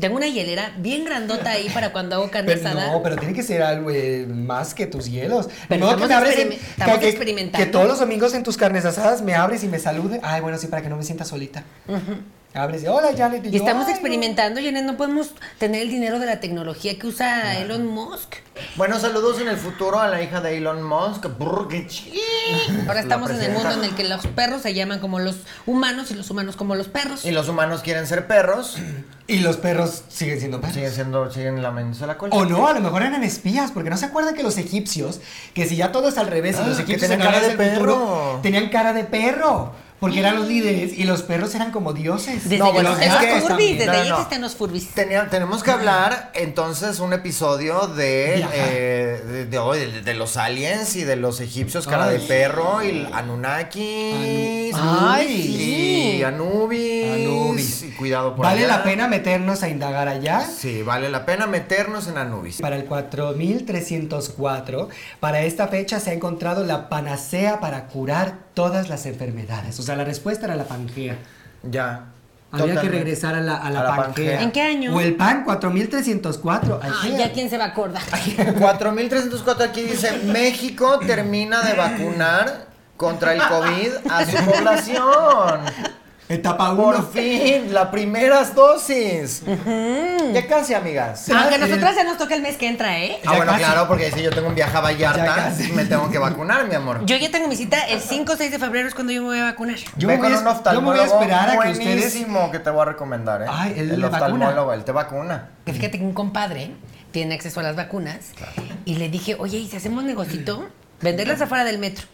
S3: Tengo una hielera bien grandota ahí para cuando hago carne
S1: Pero
S3: asada.
S1: no, pero tiene que ser algo eh, más que tus hielos.
S3: Pero
S1: No, que
S3: estamos
S1: me abres en-
S3: experime- estamos
S1: que- que-
S3: experimentando.
S1: Que todos los domingos en tus carnes asadas me abres y me salude. Ay, bueno, sí, para que no me sienta solita. Abres y hola, Janet.
S3: Y
S1: yo,
S3: estamos
S1: "Ay, no".
S3: experimentando, Janet, no podemos tener el dinero de la tecnología que usa Elon Musk.
S2: Bueno, saludos en el futuro a la hija de Elon Musk. Brr, qué chi-
S3: Ahora
S2: La
S3: estamos en el
S2: presidenta.
S3: mundo en el que los perros se llaman como los humanos y los humanos como los perros.
S2: Y los humanos quieren ser perros.
S1: Y los perros siguen siendo perros.
S2: Siguen siendo, siguen lamiéndose la cola.
S1: O no, a lo mejor eran espías, porque no se acuerdan que los egipcios, que si ya todo es al revés, y
S2: Ah,
S1: los
S2: que
S1: egipcios
S2: tenían
S1: eran
S2: cara de
S1: del futuro,
S2: perro.
S1: tenían cara de perro, porque eran los líderes y los perros eran como dioses.
S3: Desde
S2: No,
S3: ya
S2: bueno,
S3: existen
S2: es que-
S3: los furbis,
S1: también.
S3: desde
S2: No,
S3: ya
S2: no.
S3: existen los furbis.
S2: Tenía- tenemos que hablar entonces un episodio de,
S1: Viajar.
S2: eh, de, de hoy, de- de los aliens y de los egipcios, cara
S1: Ay.
S2: de perro, y el Anunnakis.
S1: Anu- Ay,
S3: sí.
S2: Y Anubis.
S1: Anubis.
S2: Y cuidado por
S1: Vale
S2: allá.
S1: la pena meternos a indagar allá.
S2: Sí, vale la pena meternos en Anubis.
S1: Para el 4304, para esta fecha se ha encontrado la panacea para curar todas las enfermedades. O sea, la respuesta era la pangea.
S2: Ya.
S1: Había que
S2: Totalmente.
S1: regresar a la, a la
S2: A la
S1: pangea.
S2: Pangea.
S3: ¿En qué año?
S1: O el pan 4304.
S3: Ay,
S1: ayer.
S3: ya quién se va a acordar.
S2: 4304 aquí dice, México termina de vacunar contra el COVID a su población.
S1: Etapa 1.
S2: Por fin, las primeras dosis. Ya casi, amigas.
S1: Ya,
S3: Aunque Ah, a
S1: eh,
S3: nosotras ya nos toca el mes que entra, ¿eh?
S2: Ah,
S1: Ya
S2: bueno,
S1: casi.
S2: claro, porque si yo tengo un viaje a
S1: Ya
S2: Vallarta,
S1: casi.
S2: me tengo que vacunar, mi amor.
S3: Yo ya tengo mi cita el 5 o 6 de febrero es cuando yo me voy a vacunar.
S1: Yo me,
S2: Ve
S1: voy a, yo me
S2: con un
S1: voy a
S2: oftalmólogo
S1: esperar a que ustedes.
S2: buenísimo que te voy a recomendar, ¿eh?
S1: Ay, él
S2: el
S1: le vacuna.
S2: oftalmólogo, él te vacuna.
S3: Que Fíjate que un compadre tiene acceso a las vacunas y le dije, oye, ¿y si hacemos negocito? Venderlas afuera del metro.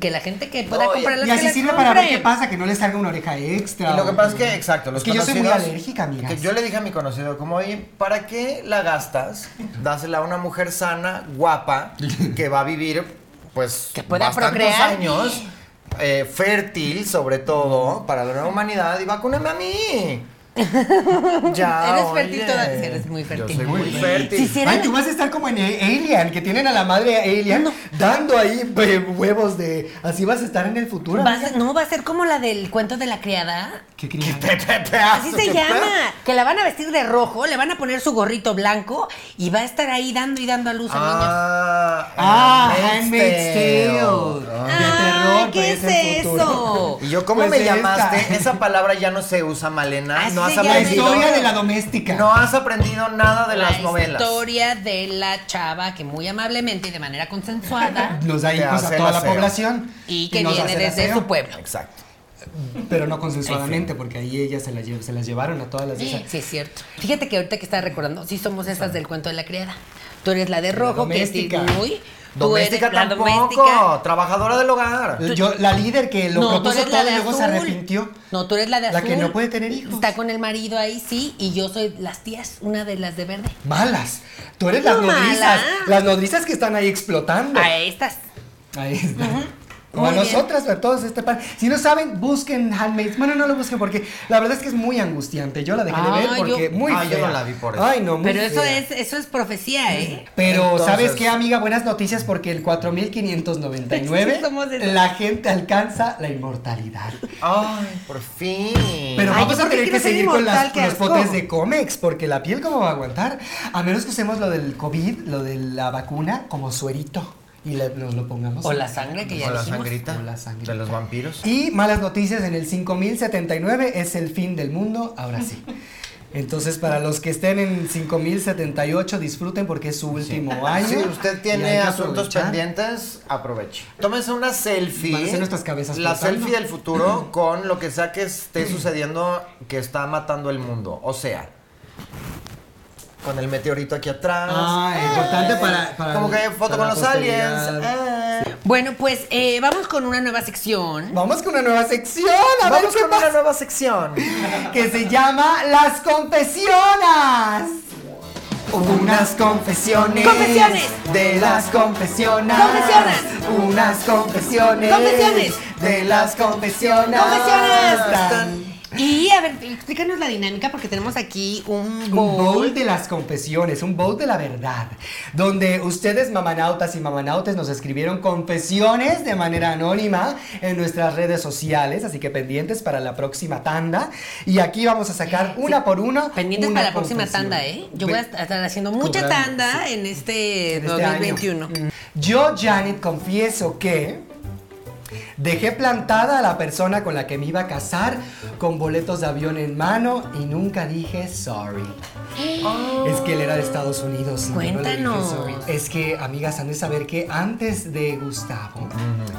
S3: Que la gente que pueda
S2: No, y-
S3: comprarlas
S1: Y
S3: que
S1: así
S3: las
S1: sirve para ver
S3: compre.
S1: qué pasa, que no le salga una oreja extra.
S2: Y lo que
S1: o-
S2: pasa es que, exacto, los
S1: Es que yo soy muy
S2: conocidos-
S1: alérgica, amigas.
S2: que yo le dije a mi conocido, como, oye, ¿para qué la gastas? Dásela a una mujer sana, guapa, que va a vivir, pues,
S3: Que pueda
S2: bastantes
S3: procrear.
S2: años, eh, fértil, sobre todo, para la nueva humanidad, y vacúname a mí. ya,
S3: Eres fértil
S2: oye.
S3: todavía, eres muy fértil.
S2: Yo soy muy
S1: Muy
S2: fértil.
S3: Sí, sí.
S1: Ay, tú vas a estar como en eh, Alien, que tienen a la madre Alien dando ahí eh, huevos de. Así vas a estar en el futuro.
S3: Va a
S1: amiga.
S3: ser- no, va a ser como la del cuento de la criada.
S1: ¿Qué criada?
S3: Así se llama. Que la van a vestir de rojo, le van a poner su gorrito blanco y va a estar ahí dando y dando a luz a niños.
S2: Ah,
S1: Ah,
S2: Handmaid's
S1: Handmaid's Tale.
S2: Tale.
S1: De terror,
S3: ¿qué
S1: pues, el
S3: es
S1: futuro.
S3: eso?
S2: Y yo, ¿cómo
S1: Pues
S2: me
S1: esta.
S2: llamaste? Esa palabra ya no se usa, Malena.
S3: Así
S2: no has
S3: se llama.
S1: La
S2: aprendido.
S1: historia de la doméstica.
S2: No has aprendido nada de las novelas.
S3: La historia de la chava que muy amablemente y de manera consensuada
S1: Nos da
S2: Te
S1: hijos
S2: hace
S1: a
S2: el
S1: toda la
S2: aseo.
S1: población.
S3: y que
S1: nos
S3: viene
S1: hace el
S3: desde pues.
S1: aseo.
S3: su pueblo.
S2: Exacto.
S1: Pero no consensuadamente, porque ahí ellas se las, lle- se las llevaron a todas las de esas.
S3: Sí, es cierto. Fíjate que ahorita que estás recordando, sí somos esas del cuento de la criada. Tú eres la de rojo, que es
S1: doméstica.
S3: muy. Tú eres
S2: Doméstica
S3: la
S2: tampoco.
S3: doméstica.
S2: Trabajadora del hogar.
S1: Yo, la líder que lo
S3: No, tú
S1: propuso
S3: eres
S1: todo
S3: la de
S1: y luego se
S3: azul.
S1: arrepintió.
S3: No, tú eres la de
S1: La
S3: azul.
S1: que no puede tener hijos.
S3: Está con el marido ahí, sí, y yo soy las tías, una de las de verde.
S1: Malas. Tú eres las
S3: No,
S1: nodrizas.
S3: mala.
S1: Las nodrizas que están ahí explotando.
S3: A estas.
S1: Ahí está. O
S3: Muy
S1: a
S3: bien.
S1: nosotras, a todos este pan. Si no saben, busquen Handmaids. Bueno, no lo busquen porque la verdad es que es muy angustiante. Yo la dejé de ver
S3: Ah,
S1: porque
S3: yo-
S1: muy
S2: Ah, yo
S1: fea.
S2: no la vi por eso.
S1: Ay, no, muy
S3: Pero eso
S1: fea.
S3: es, eso es profecía, ¿eh?
S1: Pero,
S2: Entonces-
S1: ¿sabes qué, amiga? Buenas noticias porque el
S3: Sí, somos de
S1: 4599
S3: esas.
S1: la gente alcanza la inmortalidad.
S2: Ay, por fin.
S1: Pero
S3: Ay,
S1: vamos
S3: ¿yo
S1: a tener
S3: por qué
S1: que
S3: quiero ser
S1: seguir con, las,
S3: inmortal? ¡Qué
S1: con los
S3: asco!
S1: potes de Comex, porque la piel cómo va a aguantar. A menos que usemos lo del COVID, lo de la vacuna, como suerito. Y le- nos lo pongamos.
S3: O
S1: en
S3: la sangre que ya
S2: Con la
S3: dijimos.
S2: sangrita.
S1: Con la sangrita.
S2: De los vampiros.
S1: Y malas noticias, en el 5079 es el fin del mundo, ahora sí. Entonces, para los que estén en 5078, disfruten porque es su último año.
S2: Si usted
S1: y hay
S2: tiene
S1: que
S2: asuntos
S1: aprovechar.
S2: pendientes, aproveche. Tómense una selfie.
S1: Van a ser nuestras cabezas
S2: La
S1: flotando.
S2: selfie del futuro con lo que sea que esté sucediendo que está matando el mundo. O sea, con el meteorito aquí atrás.
S1: Ah, importante
S2: Eh,
S1: para- para-
S2: Como que
S1: para
S2: foto con
S1: la
S2: los aliens.
S1: posteridad.
S2: eh.
S3: Bueno, pues eh, vamos con una nueva sección.
S1: Vamos con una nueva sección, a ver
S2: Vamos
S1: qué
S2: con
S1: pasa,
S2: una nueva sección.
S1: que se llama Las Confesionas. Unas confesiones.
S3: Confesiones.
S1: De las confesionas.
S3: Confesionas.
S1: Unas confesiones.
S3: Confesiones.
S1: De las confesionas.
S3: Confesiones.
S1: Tan-
S3: Y a ver, explícanos la dinámica porque tenemos aquí un
S1: Un bowl
S3: bowl.
S1: de las confesiones, un bowl de la verdad, donde ustedes mamanautas y mamanautes nos escribieron confesiones de manera anónima en nuestras redes sociales, así que pendientes para la próxima tanda. Y aquí vamos a sacar una por una.
S3: Pendientes
S1: una
S3: para la próxima
S1: confesión.
S3: tanda, ¿eh? Yo voy a
S1: Ve-
S3: estar haciendo mucha
S1: Cobrando,
S3: tanda en este
S1: en este año.
S3: 2021.
S1: Yo, Janet, confieso que dejé plantada a la persona con la que me iba a casar con boletos de avión en mano y nunca dije sorry. Es que él era de Estados Unidos. y yo no le dije
S3: Cuéntanos.
S1: sorry. Es que, amigas, han de saber que antes de Gustavo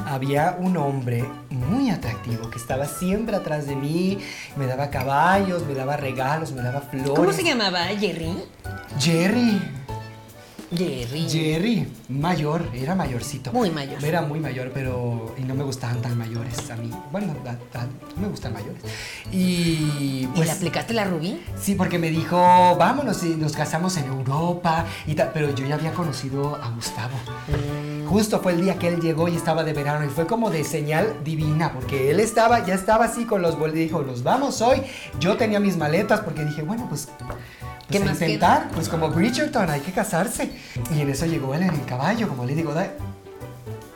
S1: había un hombre muy atractivo que estaba siempre atrás de mí, me daba caballos, me daba regalos, me daba flores.
S3: ¿Cómo se llamaba? ¿Jerry?
S1: Jerry.
S3: Jerry.
S1: Jerry, mayor, era mayorcito.
S3: Muy mayor.
S1: Era muy mayor, pero. Y no me gustaban tan mayores a mí. Bueno, a- a- no me gustan mayores. Y.
S3: ¿Y
S1: Pues,
S3: le aplicaste la rubí?
S1: Sí, porque me dijo, vámonos, y nos casamos en Europa y tal. Pero yo ya había conocido a Gustavo.
S2: Mm.
S1: Justo fue el día que él llegó y estaba de verano y fue como de señal divina, porque él estaba, ya estaba así con los boletos, dijo, nos vamos hoy. Yo tenía mis maletas porque dije, bueno, pues, pues
S3: ¿Qué
S1: a
S3: más
S1: intentar, pues como Bridgerton, hay que casarse. Y en eso llegó él en el caballo, como le digo, "Da-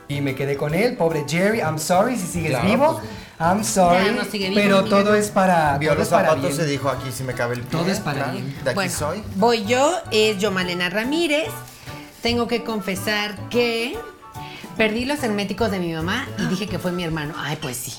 S1: y me quedé con él, pobre Jerry, I'm sorry si sigues
S2: Claro, pues,
S1: vivo. I'm sorry,
S3: no sigue vivo,
S1: pero
S3: amiga.
S1: todo es para
S2: Vio
S1: todo
S2: los
S1: es para
S2: zapatos
S1: bien.
S2: y dijo, aquí sí me cabe el pie.
S1: Todo es para
S2: ¿verdad?
S1: bien.
S2: De aquí
S3: bueno,
S2: soy.
S3: Voy yo, es yo Malena Ramírez. Tengo que confesar que perdí los herméticos de mi mamá y dije que fue mi hermano. Ay, pues sí.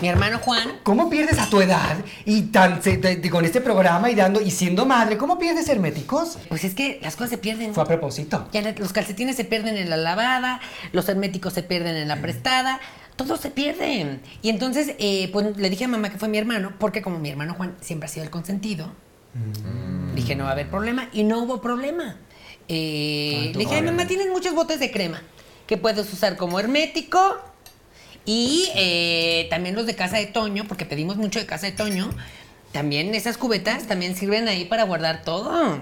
S3: Mi hermano Juan.
S1: ¿Cómo pierdes a tu edad y tan se- de- de- con este programa y dando y siendo madre? ¿Cómo pierdes herméticos?
S3: Pues es que las cosas se pierden.
S1: Fue a propósito.
S3: Ya los calcetines se pierden en la lavada, los herméticos se pierden en la prestada, todo se pierde. Y entonces, eh, pues le dije a mamá que fue mi hermano, porque como mi hermano Juan siempre ha sido el consentido, dije no va a haber problema y no hubo problema. Eh, le dije, "Ay, mamá, tienes muchos botes de crema que puedes usar como hermético y eh, también los de casa de Toño, porque pedimos mucho de casa de Toño. También esas cubetas también sirven ahí para guardar todo.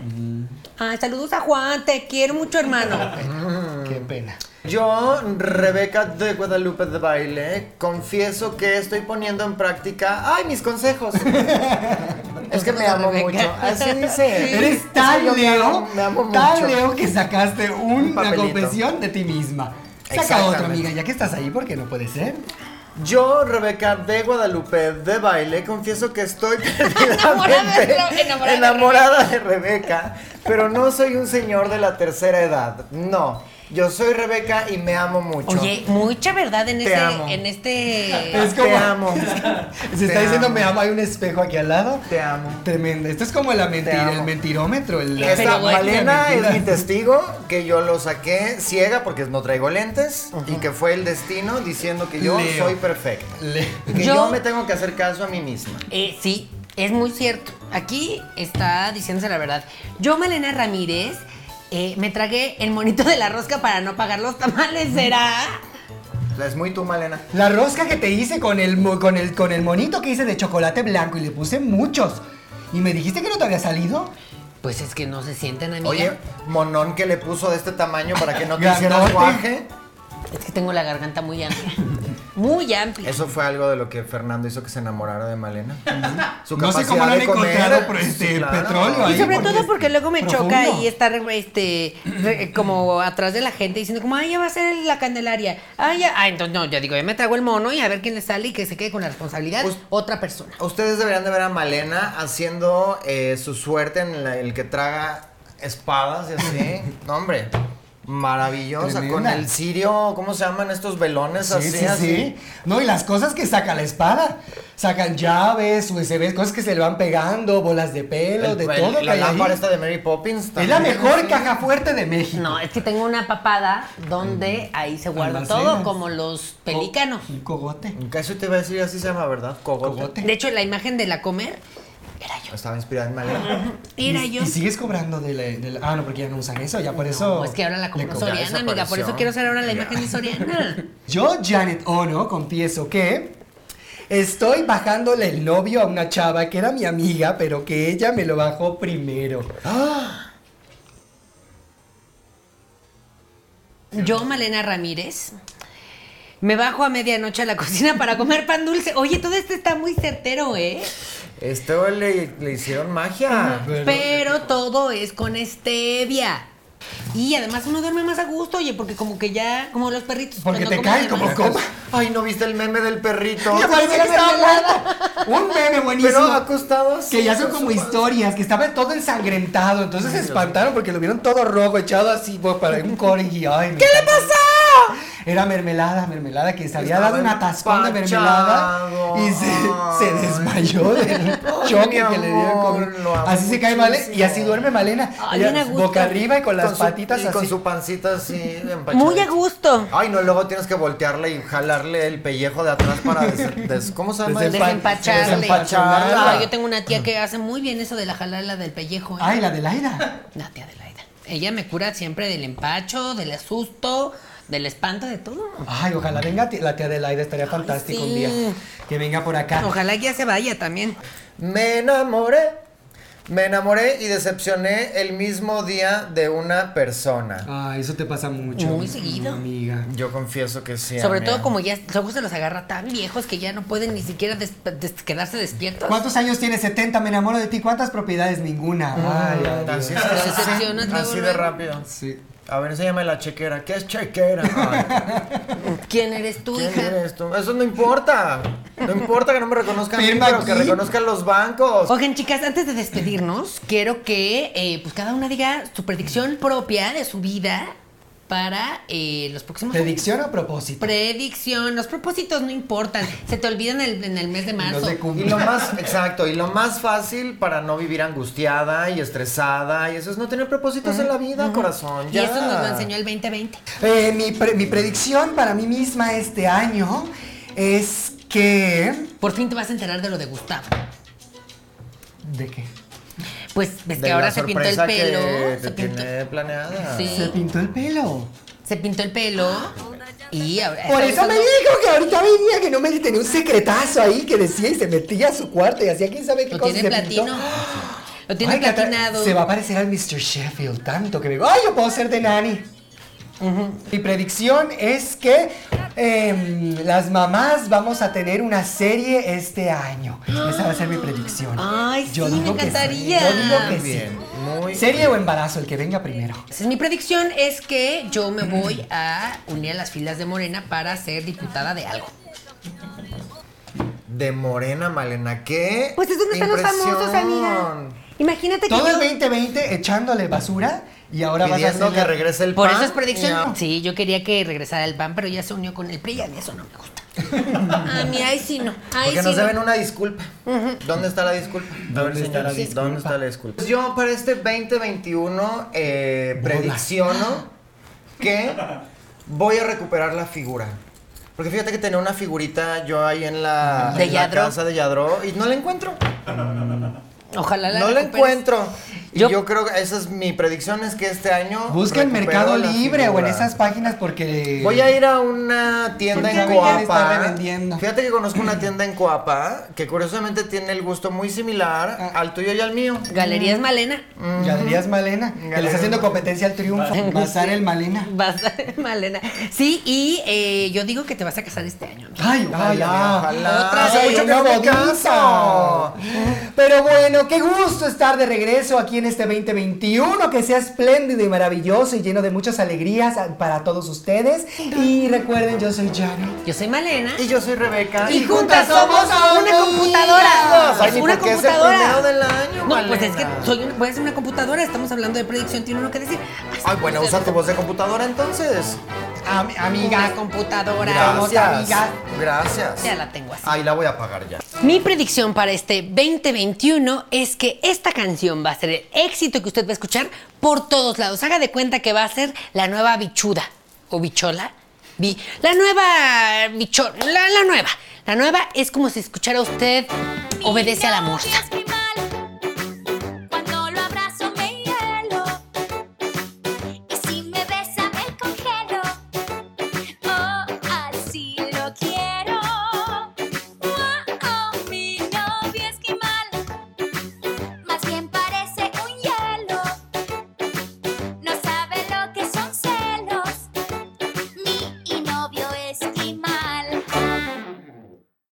S3: Ay, saludos a Juan, te quiero mucho, hermano.
S2: Mm.
S1: Qué pena.
S2: Yo, Rebeca de Guadalupe de Baile, confieso que estoy poniendo en práctica. ¡Ay, mis consejos! es que me amo
S3: Rebeca.
S2: mucho. Así dice.
S3: Sí.
S1: Eres
S2: Es
S1: tan
S2: que yo me
S1: Leo,
S2: amo- me amo
S1: tan
S2: mucho.
S1: Leo que sacaste
S2: Un
S1: una
S2: papelito.
S1: confesión de ti misma. Saca
S2: Exactamente.
S1: otra, amiga, ya que estás ahí, porque no puede ser.
S2: Yo, Rebeca de Guadalupe de Baile, confieso que estoy
S3: Enamorada
S2: perdidamente
S3: de Re- enamorada de
S2: enamorada de Rebeca, pero no soy un señor de la tercera edad. No, yo soy Rebeca y me amo mucho.
S3: Oye, mucha verdad en
S2: Te
S3: este,
S2: amo.
S3: en este.
S1: Es
S2: Eh, Te
S1: como-
S2: amo.
S1: Se está
S2: Te
S1: diciendo
S2: amo.
S1: me amo, hay un espejo aquí al lado.
S2: Te amo.
S1: Tremendo. Esto es como la mentira,
S2: amo.
S1: el mentirómetro. el-
S2: Esta
S3: Pero bueno,
S2: Malena
S1: mentira.
S2: es mi testigo que yo lo saqué ciega porque no traigo lentes y que fue el destino diciendo que yo
S1: Leo.
S2: soy perfecta.
S1: Le-
S2: Y Que
S3: Yo-
S2: yo... me tengo que hacer caso a mí misma.
S3: Eh, sí, es muy cierto. Aquí está diciéndose la verdad. Yo, Malena Ramírez, eh, me tragué el monito de la rosca para no pagar los tamales, ¿será?
S2: Es muy tú, Malena.
S1: La rosca que te hice con el, mo- con, el, con el monito que hice de chocolate blanco y le puse muchos. ¿Y me dijiste que no te había salido?
S3: Pues es que no se sienten, amiga.
S2: Oye, monón que le puso de este tamaño para que no te
S1: Grandote.
S2: hicieras guaje.
S3: Es que tengo la garganta muy amplia. Muy amplia.
S2: Eso fue algo de lo que Fernando hizo que se enamorara de Malena. Su
S1: No sé
S2: capacidad
S1: cómo lo han
S2: de comer,
S1: encontrado, pero, este, petróleo
S3: Y
S1: ahí.
S3: sobre
S1: porque
S3: todo
S1: es
S3: porque luego me
S1: profundo.
S3: choca y estar este re- como atrás de la gente diciendo como ay ya va a ser la Candelaria. Ay, ya. Ah, entonces no, yo digo, ya me trago el mono y a ver quién le sale y que se quede con la responsabilidad
S2: Pues-
S3: otra persona.
S2: Ustedes deberían de ver a Malena haciendo eh, su suerte en la- el que traga espadas y así. no, hombre. Maravillosa.
S1: Tremenda.
S2: Con el cirio, ¿cómo se llaman estos velones así?
S1: Sí, sí,
S2: así?
S1: sí. No, y las cosas que saca la espada. Sacan llaves, USBs, cosas que se le van pegando, bolas de pelo,
S2: El-
S1: de
S2: el-
S1: todo. que
S2: la
S1: hay ahí.
S2: lámpara esta de Mary Poppins.
S1: Es la
S2: también,
S1: mejor
S2: así.
S1: caja fuerte de México. Oh,
S3: No, es que tengo una papada donde ahí se guarda
S1: Almacenas. Oh.
S3: todo, como los pelícanos.
S1: Un cogote.
S2: En caso te iba a decir, así se llama, ¿verdad? Cogote.
S1: Cogote.
S3: De hecho, la imagen de la comer era yo.
S2: Estaba inspirada en Malena.
S3: Era
S1: y,
S3: yo.
S1: y sigues cobrando de la, de la- Ah, no, porque ya no usan eso, ya por eso.
S3: No, es que ahora la
S1: le
S3: compro
S1: cobran.
S3: Soriana, amiga. Por eso
S2: desapareció.
S3: quiero ser ahora la
S2: Ya.
S3: imagen de Soriana.
S1: Yo, Janet Ono, confieso que estoy bajándole el novio a una chava que era mi amiga, pero que ella me lo bajó primero.
S3: Yo, Malena Ramírez, me bajo a medianoche a la cocina para comer pan dulce. Oye, todo esto está muy certero, ¿eh?
S2: Esto le, le hicieron magia.
S1: Pero-
S3: Pero todo es con stevia. Y además uno duerme más a gusto, oye, porque como que ya, como los perritos.
S1: Porque
S3: cuando
S1: te
S3: comen
S1: caen
S3: de
S1: como
S3: más.
S1: copa.
S2: Ay, ¿no viste el meme del perrito?
S1: Ya parecía que estaba muerta. Un meme buenísimo.
S2: Pero acostado así,
S1: Que ya son
S2: con
S1: como
S2: su-
S1: historias, que estaba todo ensangrentado. Entonces se espantaron porque lo vieron todo rojo, echado así pues, para un corgi. Ay, ¿Qué le pasó? Era mermelada, mermelada, que se había
S2: Estaba
S1: dado un atascón de mermelada
S2: empachado.
S1: y se, se
S2: Ay.
S1: desmayó del
S2: Ay,
S1: choque
S2: mi
S1: que le dieron
S2: amor,
S1: con.
S2: lo amo
S1: Así se cae Malena y
S2: muchísimo.
S1: así duerme Malena.
S3: Ay,
S1: Ella
S3: bien a gusto.
S1: boca arriba y con las
S2: con su-
S1: patitas
S2: y
S1: así.
S2: con su pancita así empachadita.
S3: Muy a gusto.
S2: Ay, no, luego tienes que voltearle y jalarle el pellejo de atrás para des- des- ¿cómo se llama?
S1: Desempa-
S3: Desempacharle.
S2: Desempacharla.
S3: No, Pues yo tengo una tía que hace muy bien eso de la jalala del pellejo. ¿eh?
S1: Ay, la de Laida.
S3: La tía Adelaida. Ella me cura siempre del empacho, del asusto, del espanto, de todo.
S1: Ay, ojalá venga ti- la tía de Laida, estaría fantástico un
S3: sí.
S1: día. Que venga por acá.
S3: Ojalá que ya se vaya también.
S2: Me enamoré. Me enamoré y decepcioné el mismo día de una persona.
S1: Ah, eso te pasa mucho.
S3: Muy seguido.
S1: Amiga.
S2: Yo confieso que sí.
S3: Sobre
S2: amiga.
S3: todo como ya los ojos se los agarra tan viejos que ya no pueden ni siquiera des- des- quedarse despiertos.
S1: ¿Cuántos años tienes? 70, me enamoro de ti. ¿Cuántas propiedades? Ninguna.
S2: Ah,
S1: Ay, adiós.
S2: Mm, Así,
S3: Te
S2: así-
S3: decepcionas luego,
S2: así de
S3: luego.
S2: rápido.
S1: Sí.
S2: A ver, enséñame la chequera. ¿Qué es chequera? Ay,
S3: ¿Quién eres tú,
S2: ¿Quién
S3: hija?
S2: eres tú? Eso no importa. No importa que no me reconozcan a mí,
S1: Firma
S2: pero que
S1: aquí.
S2: reconozcan los bancos.
S3: Oigan, chicas, antes de despedirnos, quiero que eh, pues cada una diga su predicción propia de su vida para eh, los próximos
S1: Predicción a propósito.
S3: Predicción, los propósitos no importan, se te olvidan en el, en el mes de marzo.
S1: se cum-
S2: Y lo más, exacto, y lo más fácil para no vivir angustiada y estresada y eso es no tener propósitos en la vida, corazón.
S3: y
S2: ya.
S3: eso nos lo enseñó el 2020.
S1: Eh, mi, pre- mi predicción para mí misma este año es que...
S3: Por fin te vas a enterar de lo de Gustavo.
S1: ¿De qué?
S3: Pues ves
S2: De
S3: que ahora
S2: la
S3: se pintó el
S2: sorpresa que
S3: pelo.
S2: te
S3: Se pintó,
S2: tiene ah. planeada.
S3: Sí.
S1: Se pintó el pelo.
S3: se pintó el pelo. Y ahora.
S1: Por eso
S3: está
S1: me
S3: usando-
S1: dijo que ahorita venía, que no me tenía un secretazo ahí que decía y se metía a su cuarto y hacía quién sabe qué
S3: Lo
S1: cosa. y
S3: tiene
S1: se pintó.
S3: platino. Lo tiene
S1: Ay, Cata,
S3: platinado.
S1: Se va a parecer al Mr. Sheffield tanto que me digo, ¡ay, yo puedo ser de nani! Mi predicción es que em, las mamás vamos a tener una serie este año. Esa va a ser mi predicción.
S3: Ay,
S1: Yo
S3: sí, me
S1: digo que sí,
S3: encantaría.
S1: yo digo que
S2: Muy
S1: sí.
S2: bien, muy
S1: Serie o embarazo, el que venga primero.
S3: Entonces, mi predicción es que yo me voy a unir a las filas de Morena para ser diputada de algo.
S2: De Morena, Malena, ¿qué?
S3: Pues es donde están los famosos, amiga.
S2: impresión.
S3: Imagínate que
S1: Todo el
S3: yo-
S1: 2020 echándole basura y ahora vas a
S2: Pidiendo
S1: hacer
S2: que
S1: la-
S2: regrese el
S3: Por
S2: pan.
S3: eso es predicción.
S2: Ah, Ya.
S3: Sí, yo quería que regresara el PAN, pero ya se unió con el PRI y a mí eso no me gusta. a mí ahí sí no. Ahí
S2: Porque
S3: sí
S2: nos
S3: no.
S2: deben una disculpa. ¿Dónde está la disculpa?
S1: ¿Dónde
S2: A ver,
S1: está la
S2: señores,
S1: disculpa?
S2: ¿Dónde está la disculpa? Yo para este 2021 eh, predicciono que voy a recuperar la figura. Porque fíjate que tenía una figurita yo ahí en la,
S3: ¿De
S2: en la
S3: Yadro?
S2: casa de Yadro y no la encuentro.
S3: Ojalá la
S2: no la
S3: recuperes.
S2: encuentro. Y
S3: Yo-
S2: yo, creo que esa es mi predicción, es que este año...
S1: Busca en
S2: recupero
S1: Mercado
S2: la
S1: Libre o en
S2: figura.
S1: esas páginas porque...
S2: Voy a ir a una tienda
S1: Porque
S2: en
S1: alguien está
S2: Coapa.
S1: revendiendo.
S2: Fíjate que conozco una tienda en Coapa que curiosamente tiene el gusto muy similar
S1: Ah.
S2: al tuyo y al mío.
S3: Galerías Malena.
S1: Galerías Malena, que le
S2: Galerías.
S1: está haciendo competencia al triunfo. Bazar el Malena.
S3: Vas a Malena. Sí, y eh, yo digo que te vas a casar este año. amiga.
S1: Ay,
S2: mira,
S1: ojalá.
S2: ojalá.
S1: Otra Hace
S2: Ay,
S1: mucho que
S2: una
S1: no me
S2: boda.
S1: caso. Pero bueno, qué gusto estar de regreso aquí en este 2021. Que sea espléndido y maravilloso y lleno de muchas alegrías para todos ustedes. Y recuerden, yo soy Janet.
S3: Yo soy Malena.
S2: Y yo soy Rebeca.
S3: Y juntas somos una
S1: amigas.
S3: computadora.
S2: Ay, ni
S3: una
S2: porque es el primero del año,
S3: no, pues es que
S2: Malena.
S3: soy una, voy a ser una computadora. Estamos hablando de predicción. Tiene uno que decir. Ay,
S2: Ay, bueno, usa tu voz de computadora entonces.
S1: Am- amigas.
S3: Una computadora.
S1: Bravo. amigas.
S2: Gracias.
S3: Ya la tengo así.
S2: Ahí la voy a pagar ya.
S3: Mi predicción para este 2021 es que esta canción va a ser el éxito que usted va a escuchar por todos lados. Haga de cuenta que va a ser la nueva bichuda o bichola. Bi- la nueva bichola, la, la nueva. La nueva es como si escuchara usted obedece a la morsa.